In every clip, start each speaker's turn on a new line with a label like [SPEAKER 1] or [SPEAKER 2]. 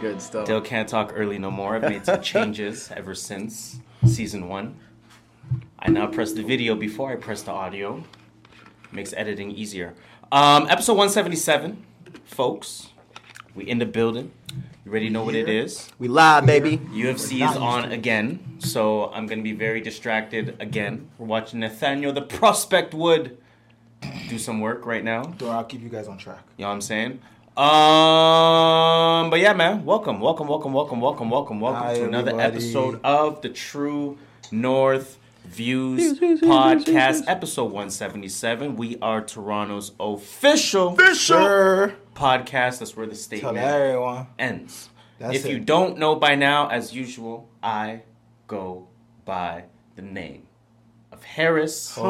[SPEAKER 1] good stuff.
[SPEAKER 2] Still can't talk early no more. I've made some changes ever since season one. I now press the video before I press the audio. Makes editing easier. Um, episode 177, folks. We in the building. You already know what it is.
[SPEAKER 3] We live, baby.
[SPEAKER 2] UFC is on again, so I'm gonna be very distracted again. We're watching Nathaniel the Prospect Wood do some work right now.
[SPEAKER 4] So I'll keep you guys on track.
[SPEAKER 2] You know what I'm saying? Um, but yeah, man, welcome, welcome, welcome, welcome, welcome, welcome, welcome
[SPEAKER 4] Hi,
[SPEAKER 2] to another
[SPEAKER 4] everybody.
[SPEAKER 2] episode of the True North Views Podcast, episode 177. We are Toronto's official,
[SPEAKER 4] Sure.
[SPEAKER 2] podcast. That's where the
[SPEAKER 4] Tell
[SPEAKER 2] statement
[SPEAKER 4] everyone.
[SPEAKER 2] ends.
[SPEAKER 4] That's
[SPEAKER 2] if you
[SPEAKER 4] it.
[SPEAKER 2] don't know by now, as usual, I go by the name of Harris.
[SPEAKER 3] You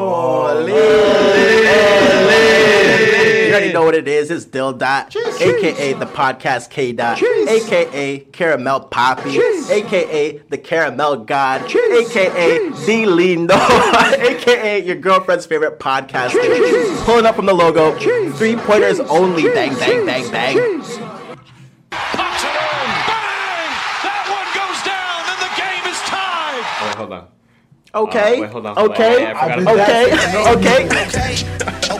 [SPEAKER 3] already know what it is. It's Dill Dot, aka the podcast K Dot, aka Caramel Poppy, aka the Caramel God, aka D Lino, aka your girlfriend's favorite podcaster. Pulling up from the logo, three pointers only. Bang, bang, bang, bang.
[SPEAKER 5] Pops it in. Bang! That one goes down, and the game is tied.
[SPEAKER 2] Wait, hold on.
[SPEAKER 3] Okay,
[SPEAKER 2] Uh, wait, hold on, hold on.
[SPEAKER 3] okay,
[SPEAKER 2] I forgot
[SPEAKER 4] about
[SPEAKER 3] okay, okay.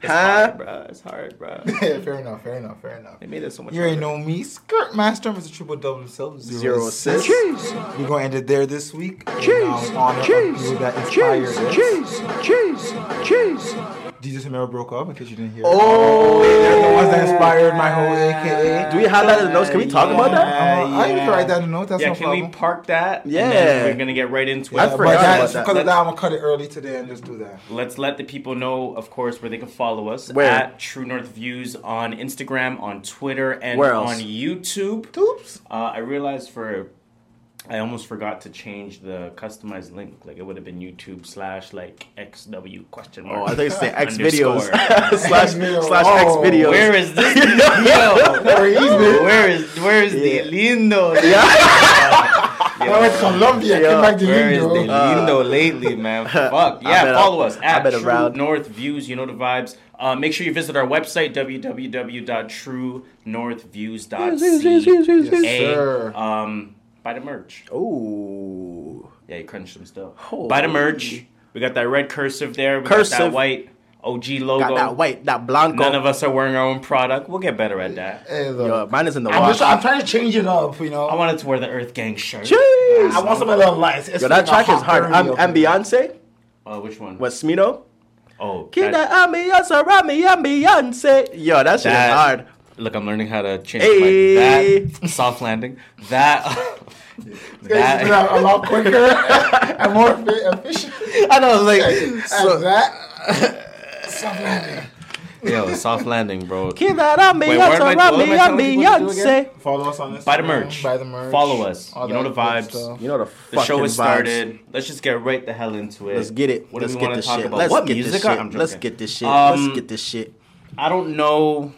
[SPEAKER 2] Huh? Bro, it's hard, bro.
[SPEAKER 4] Yeah, fair enough, fair enough, fair enough.
[SPEAKER 2] They made it so much
[SPEAKER 4] You already know me, Skirt Master, Mr. Triple Double himself.
[SPEAKER 3] Zero assists.
[SPEAKER 4] We're gonna end it there this week. Cheese, cheese, that inspired us.
[SPEAKER 3] cheese, cheese.
[SPEAKER 4] Jesus and Mero broke up in case you didn't hear.
[SPEAKER 3] Oh,
[SPEAKER 4] They're the ones that inspired my whole AKA.
[SPEAKER 3] do we have that in the notes? Can we talk about that?
[SPEAKER 4] I'm, uh, I can write that in notes. That's
[SPEAKER 2] Yeah,
[SPEAKER 4] no
[SPEAKER 2] can
[SPEAKER 4] problem.
[SPEAKER 2] we park that? And
[SPEAKER 3] Yeah.
[SPEAKER 2] then we're gonna get right into it.
[SPEAKER 3] I
[SPEAKER 4] But
[SPEAKER 3] forgot
[SPEAKER 4] that
[SPEAKER 3] about
[SPEAKER 4] is-
[SPEAKER 3] that.
[SPEAKER 4] Because of that, I'm gonna cut it early today and just do that.
[SPEAKER 2] Let's let the people know, of course, where they can follow us
[SPEAKER 3] Where?
[SPEAKER 2] at True North Views on Instagram, on Twitter, and
[SPEAKER 3] Where else?
[SPEAKER 2] on YouTube.
[SPEAKER 4] Oops.
[SPEAKER 2] Uh, I realized for I almost forgot to change the customized link. Like it would have been YouTube slash like XW question
[SPEAKER 3] Oh,
[SPEAKER 2] mark.
[SPEAKER 3] I thought you said X
[SPEAKER 2] Underscore.
[SPEAKER 3] videos slash slash
[SPEAKER 4] Video.
[SPEAKER 3] X
[SPEAKER 4] Oh,
[SPEAKER 3] videos.
[SPEAKER 2] Where is this? Yo,
[SPEAKER 4] Very easy.
[SPEAKER 2] where is where is
[SPEAKER 3] Yeah.
[SPEAKER 2] the lindo?
[SPEAKER 4] I went to Colombia,
[SPEAKER 3] Yeah.
[SPEAKER 4] came back to
[SPEAKER 2] Where is
[SPEAKER 4] Lindo.
[SPEAKER 2] the
[SPEAKER 3] Uh,
[SPEAKER 2] Lindo lately, man? Fuck.
[SPEAKER 3] I've
[SPEAKER 2] Yeah,
[SPEAKER 3] been
[SPEAKER 2] follow
[SPEAKER 3] a-
[SPEAKER 2] us
[SPEAKER 3] I've
[SPEAKER 2] at
[SPEAKER 3] been
[SPEAKER 2] True
[SPEAKER 3] around.
[SPEAKER 2] North Views. You know the vibes. Uh, make sure you visit our website, www.truenorthviews.ca.
[SPEAKER 4] Yes, sir.
[SPEAKER 2] Um, buy the merch.
[SPEAKER 3] Ooh.
[SPEAKER 2] Yeah, you crunch some stuff.
[SPEAKER 3] Holy.
[SPEAKER 2] Buy the merch. We got that red cursive there. We got that
[SPEAKER 3] Cursive.
[SPEAKER 2] white OG logo.
[SPEAKER 3] Got that white, that blanco.
[SPEAKER 2] None of us are wearing our own product. We'll get better at
[SPEAKER 3] Eh.
[SPEAKER 2] that.
[SPEAKER 4] Hey, look.
[SPEAKER 3] Yo, mine is in the
[SPEAKER 4] I'm,
[SPEAKER 3] wash.
[SPEAKER 4] just, I'm trying to change it up, you know.
[SPEAKER 2] I wanted to wear the Earth Gang shirt.
[SPEAKER 3] Jeez.
[SPEAKER 4] I want some of the lights. It's
[SPEAKER 3] Yo, that
[SPEAKER 4] like a
[SPEAKER 3] track is hard.
[SPEAKER 4] burn
[SPEAKER 3] I'm,
[SPEAKER 4] up
[SPEAKER 3] and
[SPEAKER 4] there.
[SPEAKER 3] Beyonce,
[SPEAKER 2] Uh, which one?
[SPEAKER 3] with Smino.
[SPEAKER 2] Oh,
[SPEAKER 3] Keep that
[SPEAKER 2] that-
[SPEAKER 3] I'm Beyonce, I'm me, I'm Beyonce. Yo, that shit is
[SPEAKER 2] That-
[SPEAKER 3] hard.
[SPEAKER 2] Look, I'm learning how to change
[SPEAKER 3] Hey.
[SPEAKER 2] my that soft landing. That
[SPEAKER 4] It's been
[SPEAKER 2] that
[SPEAKER 4] a, a lot quicker and more effi- efficient.
[SPEAKER 2] I know like
[SPEAKER 4] And that,
[SPEAKER 2] yo soft landing, bro.
[SPEAKER 3] Keep that I'm
[SPEAKER 2] Wait, where am I-
[SPEAKER 3] Beyonce,
[SPEAKER 2] what am I
[SPEAKER 3] I'm
[SPEAKER 2] telling people to do
[SPEAKER 3] Beyonce.
[SPEAKER 4] follow us on Instagram.
[SPEAKER 2] Buy the merch.
[SPEAKER 4] Buy the merch.
[SPEAKER 2] Follow us.
[SPEAKER 4] all
[SPEAKER 2] You know
[SPEAKER 4] that
[SPEAKER 2] the
[SPEAKER 4] good
[SPEAKER 2] vibes.
[SPEAKER 4] stuff.
[SPEAKER 3] You know the fucking
[SPEAKER 2] The show
[SPEAKER 3] vibes.
[SPEAKER 2] has started. Let's just get right the hell into it.
[SPEAKER 3] Let's get it.
[SPEAKER 2] What
[SPEAKER 3] Let's
[SPEAKER 2] do we
[SPEAKER 3] get
[SPEAKER 2] want to
[SPEAKER 3] this
[SPEAKER 2] talk
[SPEAKER 3] shit.
[SPEAKER 2] about?
[SPEAKER 3] Let's
[SPEAKER 2] what
[SPEAKER 3] get
[SPEAKER 2] music?
[SPEAKER 3] this
[SPEAKER 2] are-
[SPEAKER 3] shit.
[SPEAKER 2] I'm
[SPEAKER 3] Let's
[SPEAKER 2] joking.
[SPEAKER 3] get this shit.
[SPEAKER 2] Um,
[SPEAKER 3] Let's get this shit.
[SPEAKER 2] I don't know.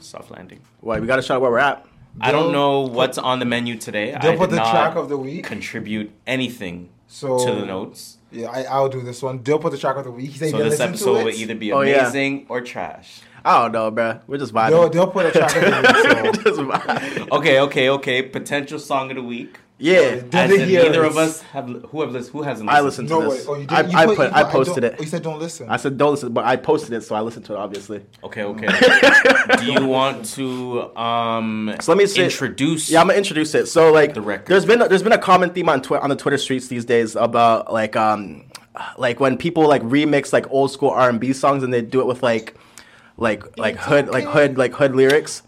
[SPEAKER 2] Soft landing.
[SPEAKER 3] Why we gotta show where we're at?
[SPEAKER 2] I don't know what's on the menu today. I
[SPEAKER 4] They'll
[SPEAKER 2] did
[SPEAKER 4] put the
[SPEAKER 2] not
[SPEAKER 4] track of the week.
[SPEAKER 2] contribute anything
[SPEAKER 4] So
[SPEAKER 2] to the notes.
[SPEAKER 4] Yeah, I, I'll do this one. Dill put the track of the week. He said
[SPEAKER 2] So
[SPEAKER 4] you
[SPEAKER 2] this
[SPEAKER 4] listen to
[SPEAKER 2] episode
[SPEAKER 4] it.
[SPEAKER 2] will either be
[SPEAKER 3] Oh, yeah.
[SPEAKER 2] amazing or trash.
[SPEAKER 3] I don't know, bruh. We're just vibing.
[SPEAKER 4] Dill, Dill put a track of the
[SPEAKER 3] We're
[SPEAKER 4] week. So.
[SPEAKER 3] just vibing.
[SPEAKER 2] Okay, okay, okay. Potential song of the week.
[SPEAKER 3] Yeah.
[SPEAKER 4] Dill
[SPEAKER 2] As
[SPEAKER 4] didn't
[SPEAKER 2] in
[SPEAKER 4] hear
[SPEAKER 2] neither of
[SPEAKER 4] us.
[SPEAKER 2] us have who have listened, who hasn't
[SPEAKER 3] I listened
[SPEAKER 2] listened.
[SPEAKER 3] to
[SPEAKER 4] No way.
[SPEAKER 3] this.
[SPEAKER 4] Oh, you did.
[SPEAKER 3] I,
[SPEAKER 4] you
[SPEAKER 3] I
[SPEAKER 4] put,
[SPEAKER 3] put,
[SPEAKER 4] you
[SPEAKER 3] I
[SPEAKER 4] put-
[SPEAKER 3] posted
[SPEAKER 4] don't-
[SPEAKER 3] it.
[SPEAKER 4] Oh, you said don't listen.
[SPEAKER 3] I said don't listen, but I posted it, so I listened to it obviously.
[SPEAKER 2] Okay, okay. Do you want to um
[SPEAKER 3] So let me say,
[SPEAKER 2] introduce
[SPEAKER 3] Yeah, I'm gonna introduce it. So like,
[SPEAKER 2] The record.
[SPEAKER 3] there's been there's been a common theme on Twi- on the Twitter streets these days about like um like when people like remix like old school R and B songs and they do it with like like like hood like hood like hood lyrics.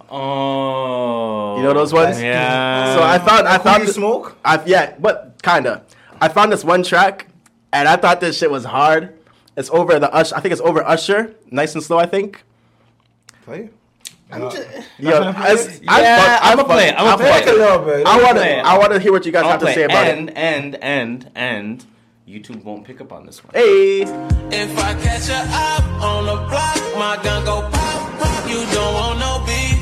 [SPEAKER 2] Oh
[SPEAKER 3] You know those ones?
[SPEAKER 2] Yeah.
[SPEAKER 3] So I found I
[SPEAKER 4] Like, who
[SPEAKER 3] found
[SPEAKER 4] you
[SPEAKER 3] th-
[SPEAKER 4] smoke?
[SPEAKER 3] I yeah, but kinda. I found this one track, and I thought this shit was hard. It's over the Usher. I think it's over Usher. Nice and slow. I think.
[SPEAKER 4] Play it.
[SPEAKER 3] Yo,
[SPEAKER 4] gonna play
[SPEAKER 3] it's-
[SPEAKER 4] it?
[SPEAKER 3] I'm
[SPEAKER 2] Yeah,
[SPEAKER 3] fuck-
[SPEAKER 2] I'ma
[SPEAKER 3] fuck-
[SPEAKER 2] play it, I'ma
[SPEAKER 3] I'm
[SPEAKER 2] play
[SPEAKER 3] fucking-
[SPEAKER 2] it.
[SPEAKER 4] Play it a little bit.
[SPEAKER 3] I want
[SPEAKER 2] play
[SPEAKER 3] to.
[SPEAKER 2] it.
[SPEAKER 3] I want to hear what you guys have to
[SPEAKER 2] play.
[SPEAKER 3] say about
[SPEAKER 2] and,
[SPEAKER 3] it.
[SPEAKER 2] and and and YouTube won't pick up on this one.
[SPEAKER 3] Hey,
[SPEAKER 6] If I catch her up on the block, my gun go pop, pop. You don't want no beef.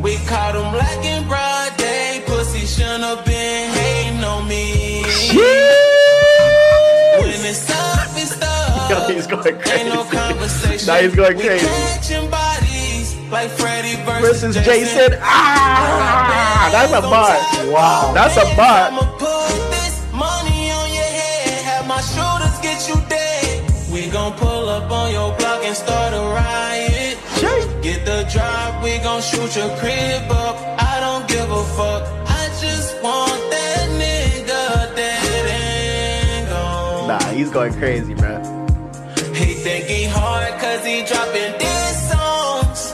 [SPEAKER 6] We caught him lacking broad day. Pussy shouldn't have been hating on me. When it's up, it's up.
[SPEAKER 3] Yo, he's going
[SPEAKER 6] Ain't no
[SPEAKER 3] crazy.
[SPEAKER 6] conversation.
[SPEAKER 3] Now he's going
[SPEAKER 6] we
[SPEAKER 3] crazy.
[SPEAKER 6] Catching bodies like Freddy versus,
[SPEAKER 3] versus Jason. Ah, that's a bar.
[SPEAKER 4] Wow.
[SPEAKER 3] That's a
[SPEAKER 6] I'ma
[SPEAKER 3] bar.
[SPEAKER 6] put this money on your head, have my shoulders get you dead. We gon' pull up on your block and start a riot. Get the drop, we gon' shoot your crib up. I don't give a fuck. I just want that nigga that ain't gone.
[SPEAKER 3] Nah, he's going crazy, bro.
[SPEAKER 6] He think he hard cause he dropping diss songs.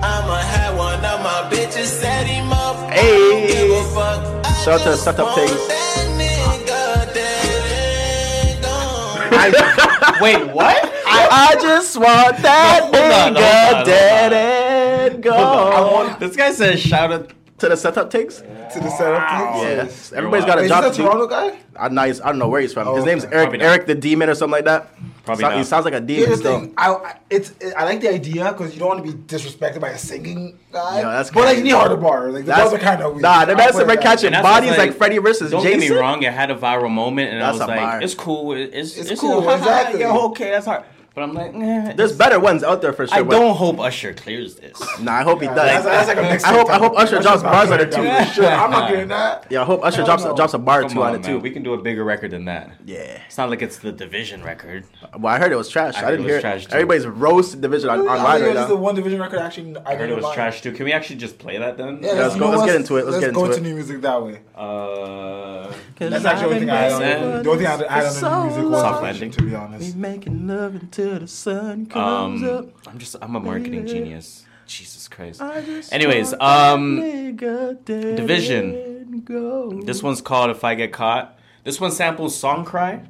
[SPEAKER 6] I'ma have one of my bitches set him up. I don't
[SPEAKER 3] Hey.
[SPEAKER 6] give a fuck. I
[SPEAKER 3] Shout out to
[SPEAKER 6] just
[SPEAKER 3] Set Up
[SPEAKER 6] want
[SPEAKER 3] Things.
[SPEAKER 6] that nigga that ain't gone.
[SPEAKER 2] Wait, what?
[SPEAKER 3] I just want that
[SPEAKER 2] No, hold on, hold on,
[SPEAKER 3] nigga
[SPEAKER 2] hold
[SPEAKER 3] dead and gone.
[SPEAKER 2] this guy said shout out.
[SPEAKER 3] To the setup takes?
[SPEAKER 4] To the setup. things?
[SPEAKER 3] Yes. Everybody's got a
[SPEAKER 4] Wait, is
[SPEAKER 3] job
[SPEAKER 4] that
[SPEAKER 3] to
[SPEAKER 4] Toronto
[SPEAKER 3] do.
[SPEAKER 4] guy?
[SPEAKER 3] I, know he's- I don't know where he's from.
[SPEAKER 4] Oh,
[SPEAKER 3] His name's
[SPEAKER 4] okay.
[SPEAKER 3] Eric
[SPEAKER 2] Probably not.
[SPEAKER 3] Eric the Demon or something like that.
[SPEAKER 2] Probably
[SPEAKER 3] So- He
[SPEAKER 2] not.
[SPEAKER 3] sounds like a demon
[SPEAKER 4] Here's the
[SPEAKER 3] still.
[SPEAKER 4] thing. I, I it's it, I like the idea because you don't want to be disrespected by a singing guy.
[SPEAKER 3] No, that's
[SPEAKER 4] but like
[SPEAKER 3] crazy.
[SPEAKER 4] you need harder bar. Like the
[SPEAKER 3] That's-
[SPEAKER 4] bars are kind of weird.
[SPEAKER 3] Nah, the
[SPEAKER 4] I'll
[SPEAKER 3] man's
[SPEAKER 4] put it
[SPEAKER 3] been
[SPEAKER 4] that
[SPEAKER 3] catching
[SPEAKER 4] way.
[SPEAKER 2] And that's
[SPEAKER 3] bodies
[SPEAKER 2] what's
[SPEAKER 3] like Freddie versus
[SPEAKER 2] Don't get
[SPEAKER 3] Jason.
[SPEAKER 2] me wrong, it had a viral moment, and
[SPEAKER 3] That's
[SPEAKER 2] I
[SPEAKER 3] a
[SPEAKER 2] was like,
[SPEAKER 3] bar.
[SPEAKER 2] "It's cool, it- it's it's,
[SPEAKER 4] cool,
[SPEAKER 2] you know, haha,
[SPEAKER 4] exactly.
[SPEAKER 2] yeah, okay, that's hard." But I'm like, eh,
[SPEAKER 3] There's better ones out there for sure.
[SPEAKER 2] I
[SPEAKER 3] but-
[SPEAKER 2] don't hope Usher clears this.
[SPEAKER 3] Nah, I hope he
[SPEAKER 4] That's,
[SPEAKER 3] does.
[SPEAKER 4] that's like a mixed
[SPEAKER 3] I hope- I hope Usher drops bars on it, too.
[SPEAKER 4] Sure, I'm not doing that.
[SPEAKER 3] Yeah, I hope Usher drops,
[SPEAKER 4] no.
[SPEAKER 3] drops a bar or
[SPEAKER 2] Come
[SPEAKER 3] two on
[SPEAKER 2] on,
[SPEAKER 3] it
[SPEAKER 2] man, we
[SPEAKER 3] too.
[SPEAKER 2] can do a bigger record than that.
[SPEAKER 3] Yeah.
[SPEAKER 2] It's not like it's the division record.
[SPEAKER 3] Well, I heard it was trash. I,
[SPEAKER 2] heard
[SPEAKER 3] didn't
[SPEAKER 2] it was
[SPEAKER 3] hear it.
[SPEAKER 2] trash, too.
[SPEAKER 3] Everybody's roast division on,
[SPEAKER 4] I
[SPEAKER 3] online
[SPEAKER 4] think
[SPEAKER 3] right
[SPEAKER 4] it was the
[SPEAKER 3] now.
[SPEAKER 4] one division record actually. I
[SPEAKER 2] I heard it was trash too. Can we actually just play that then?
[SPEAKER 4] Yeah,
[SPEAKER 3] let's
[SPEAKER 4] you
[SPEAKER 3] go-
[SPEAKER 4] know
[SPEAKER 3] let's
[SPEAKER 4] what?
[SPEAKER 3] get into it, let's get
[SPEAKER 4] go
[SPEAKER 3] into
[SPEAKER 4] into
[SPEAKER 3] it.
[SPEAKER 4] new music that way.
[SPEAKER 2] Uh,
[SPEAKER 4] That's actually the only thing I had on. The only thing I I had on new music was
[SPEAKER 2] Soft
[SPEAKER 4] Soft
[SPEAKER 2] landing.
[SPEAKER 4] to be honest.
[SPEAKER 3] making love until the sun comes
[SPEAKER 2] um, I'm just I'm a marketing genius. Jesus Christ.
[SPEAKER 3] just
[SPEAKER 2] Anyways,
[SPEAKER 3] want
[SPEAKER 2] um,
[SPEAKER 3] nigga dead
[SPEAKER 2] Division.
[SPEAKER 3] and gone.
[SPEAKER 2] this one's called "If I Get Caught." This one samples "Song Cry."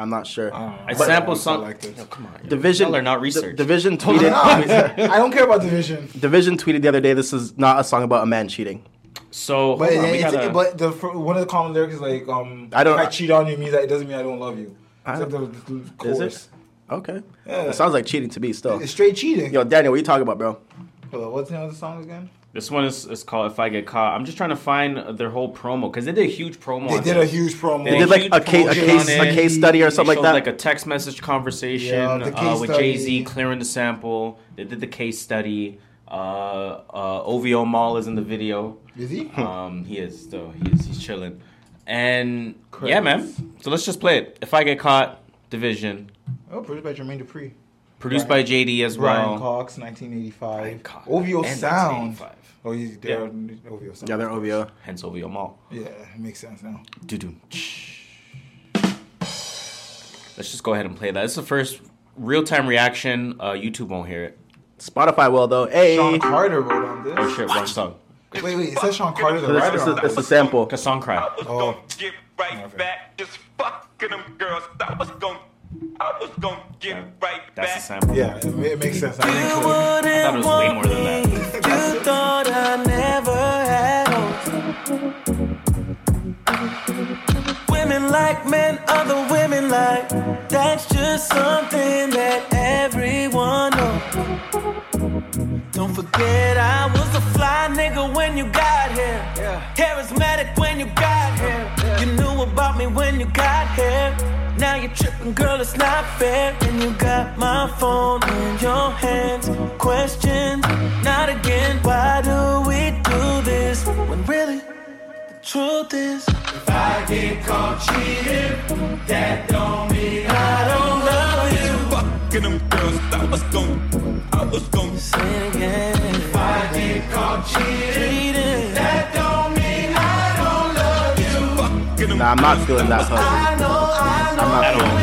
[SPEAKER 3] I'm not sure.
[SPEAKER 2] I
[SPEAKER 4] Uh, But-
[SPEAKER 2] sample
[SPEAKER 4] I
[SPEAKER 2] song.
[SPEAKER 4] like this.
[SPEAKER 2] Yo, come on,
[SPEAKER 3] Division.
[SPEAKER 2] Uh, Y'all are not
[SPEAKER 3] Di-
[SPEAKER 2] research.
[SPEAKER 3] Division
[SPEAKER 4] No,
[SPEAKER 3] tweeted.
[SPEAKER 4] I don't care about division.
[SPEAKER 3] Division tweeted the other day. This is not a song about a man cheating.
[SPEAKER 2] so
[SPEAKER 4] But,
[SPEAKER 2] hold on,
[SPEAKER 4] it-
[SPEAKER 2] we
[SPEAKER 4] it's-
[SPEAKER 2] gotta-
[SPEAKER 4] but the fir- one of the common lyrics is like, um,
[SPEAKER 3] I don't-
[SPEAKER 4] If I cheat on you means that it doesn't mean I don't love you.
[SPEAKER 3] I-
[SPEAKER 4] It's like the, the
[SPEAKER 3] Is
[SPEAKER 4] chorus.
[SPEAKER 3] it? Okay.
[SPEAKER 4] Yeah.
[SPEAKER 3] It sounds like cheating to me still.
[SPEAKER 4] It's straight cheating.
[SPEAKER 3] Yo, Daniel, what you talking about, bro?
[SPEAKER 4] Hold on, what's the name of the song again?
[SPEAKER 2] This one is, is called "If I Get Caught." I'm just trying to find their whole promo because they did a huge promo.
[SPEAKER 4] They
[SPEAKER 2] on
[SPEAKER 4] did
[SPEAKER 2] it.
[SPEAKER 4] a huge promo.
[SPEAKER 2] They
[SPEAKER 3] They did like
[SPEAKER 2] huge
[SPEAKER 3] a case, a
[SPEAKER 2] promotion
[SPEAKER 3] case,
[SPEAKER 2] on
[SPEAKER 3] a
[SPEAKER 2] it.
[SPEAKER 3] case study or
[SPEAKER 2] They
[SPEAKER 3] something like
[SPEAKER 2] showed,
[SPEAKER 3] that.
[SPEAKER 2] like a text message conversation
[SPEAKER 4] Yeah, the
[SPEAKER 2] uh,
[SPEAKER 4] case
[SPEAKER 2] with
[SPEAKER 4] study.
[SPEAKER 2] Jay Z clearing the sample. They did the case study. Uh, uh, OVO Mall is in the video.
[SPEAKER 4] Is he?
[SPEAKER 2] Um, he is though. He's he's chilling. And yeah, man. So let's just play it. If I get caught, division.
[SPEAKER 4] Oh, produced by Jermaine Dupri.
[SPEAKER 2] Produced
[SPEAKER 4] Brian-
[SPEAKER 2] by JD as
[SPEAKER 4] Brian
[SPEAKER 2] well.
[SPEAKER 4] Cox, 1985.
[SPEAKER 2] Cox.
[SPEAKER 4] OVO
[SPEAKER 2] And
[SPEAKER 4] Sound.
[SPEAKER 2] 1985.
[SPEAKER 4] Oh, he's there. OVO Sound.
[SPEAKER 3] yeah, they're OVO.
[SPEAKER 2] Hence OVO Mall.
[SPEAKER 4] Yeah, it makes sense now.
[SPEAKER 2] Doo-doo. Let's just go ahead and play that. It's the first real time reaction. Uh, YouTube won't hear it.
[SPEAKER 3] Spotify will though. Hey,
[SPEAKER 4] Sean Carter wrote on this.
[SPEAKER 2] Oh shit, wrong song.
[SPEAKER 4] Wait, wait, it says Sean Carter, the
[SPEAKER 3] it's,
[SPEAKER 4] writer
[SPEAKER 3] it's,
[SPEAKER 4] on
[SPEAKER 3] a, it's a
[SPEAKER 4] this.
[SPEAKER 3] sample.
[SPEAKER 2] A song cry.
[SPEAKER 4] Oh.
[SPEAKER 1] gonna get right back. Just fucking them girls. I was gonna, I was gonna get right
[SPEAKER 2] That's the
[SPEAKER 1] back.
[SPEAKER 2] sample.
[SPEAKER 4] Yeah, it, ma- it makes sense. now. It makes
[SPEAKER 2] I thought it
[SPEAKER 4] sense.
[SPEAKER 2] was way more than that.
[SPEAKER 6] You thought I never had hope. Women like men, other women like. That's just something that everyone knows. Don't forget I was a fly nigga when you got here. Charismatic when you got here. You knew about me when you got here. Now you're tripping, girl, it's not fair. And you got my phone in your hands. Questions, not again. Why do we do this? When really, the truth is, if I get caught cheating, that don't mean I don't love you.
[SPEAKER 1] Fucking them girls. I was gonna, I was gonna.
[SPEAKER 6] Say it again. If I get caught cheating, that don't mean I don't love you.
[SPEAKER 1] Fucking them
[SPEAKER 3] Nah, I'm not feeling that. Huh?
[SPEAKER 6] I know, I know.
[SPEAKER 3] I'm not
[SPEAKER 2] At all.
[SPEAKER 3] feeling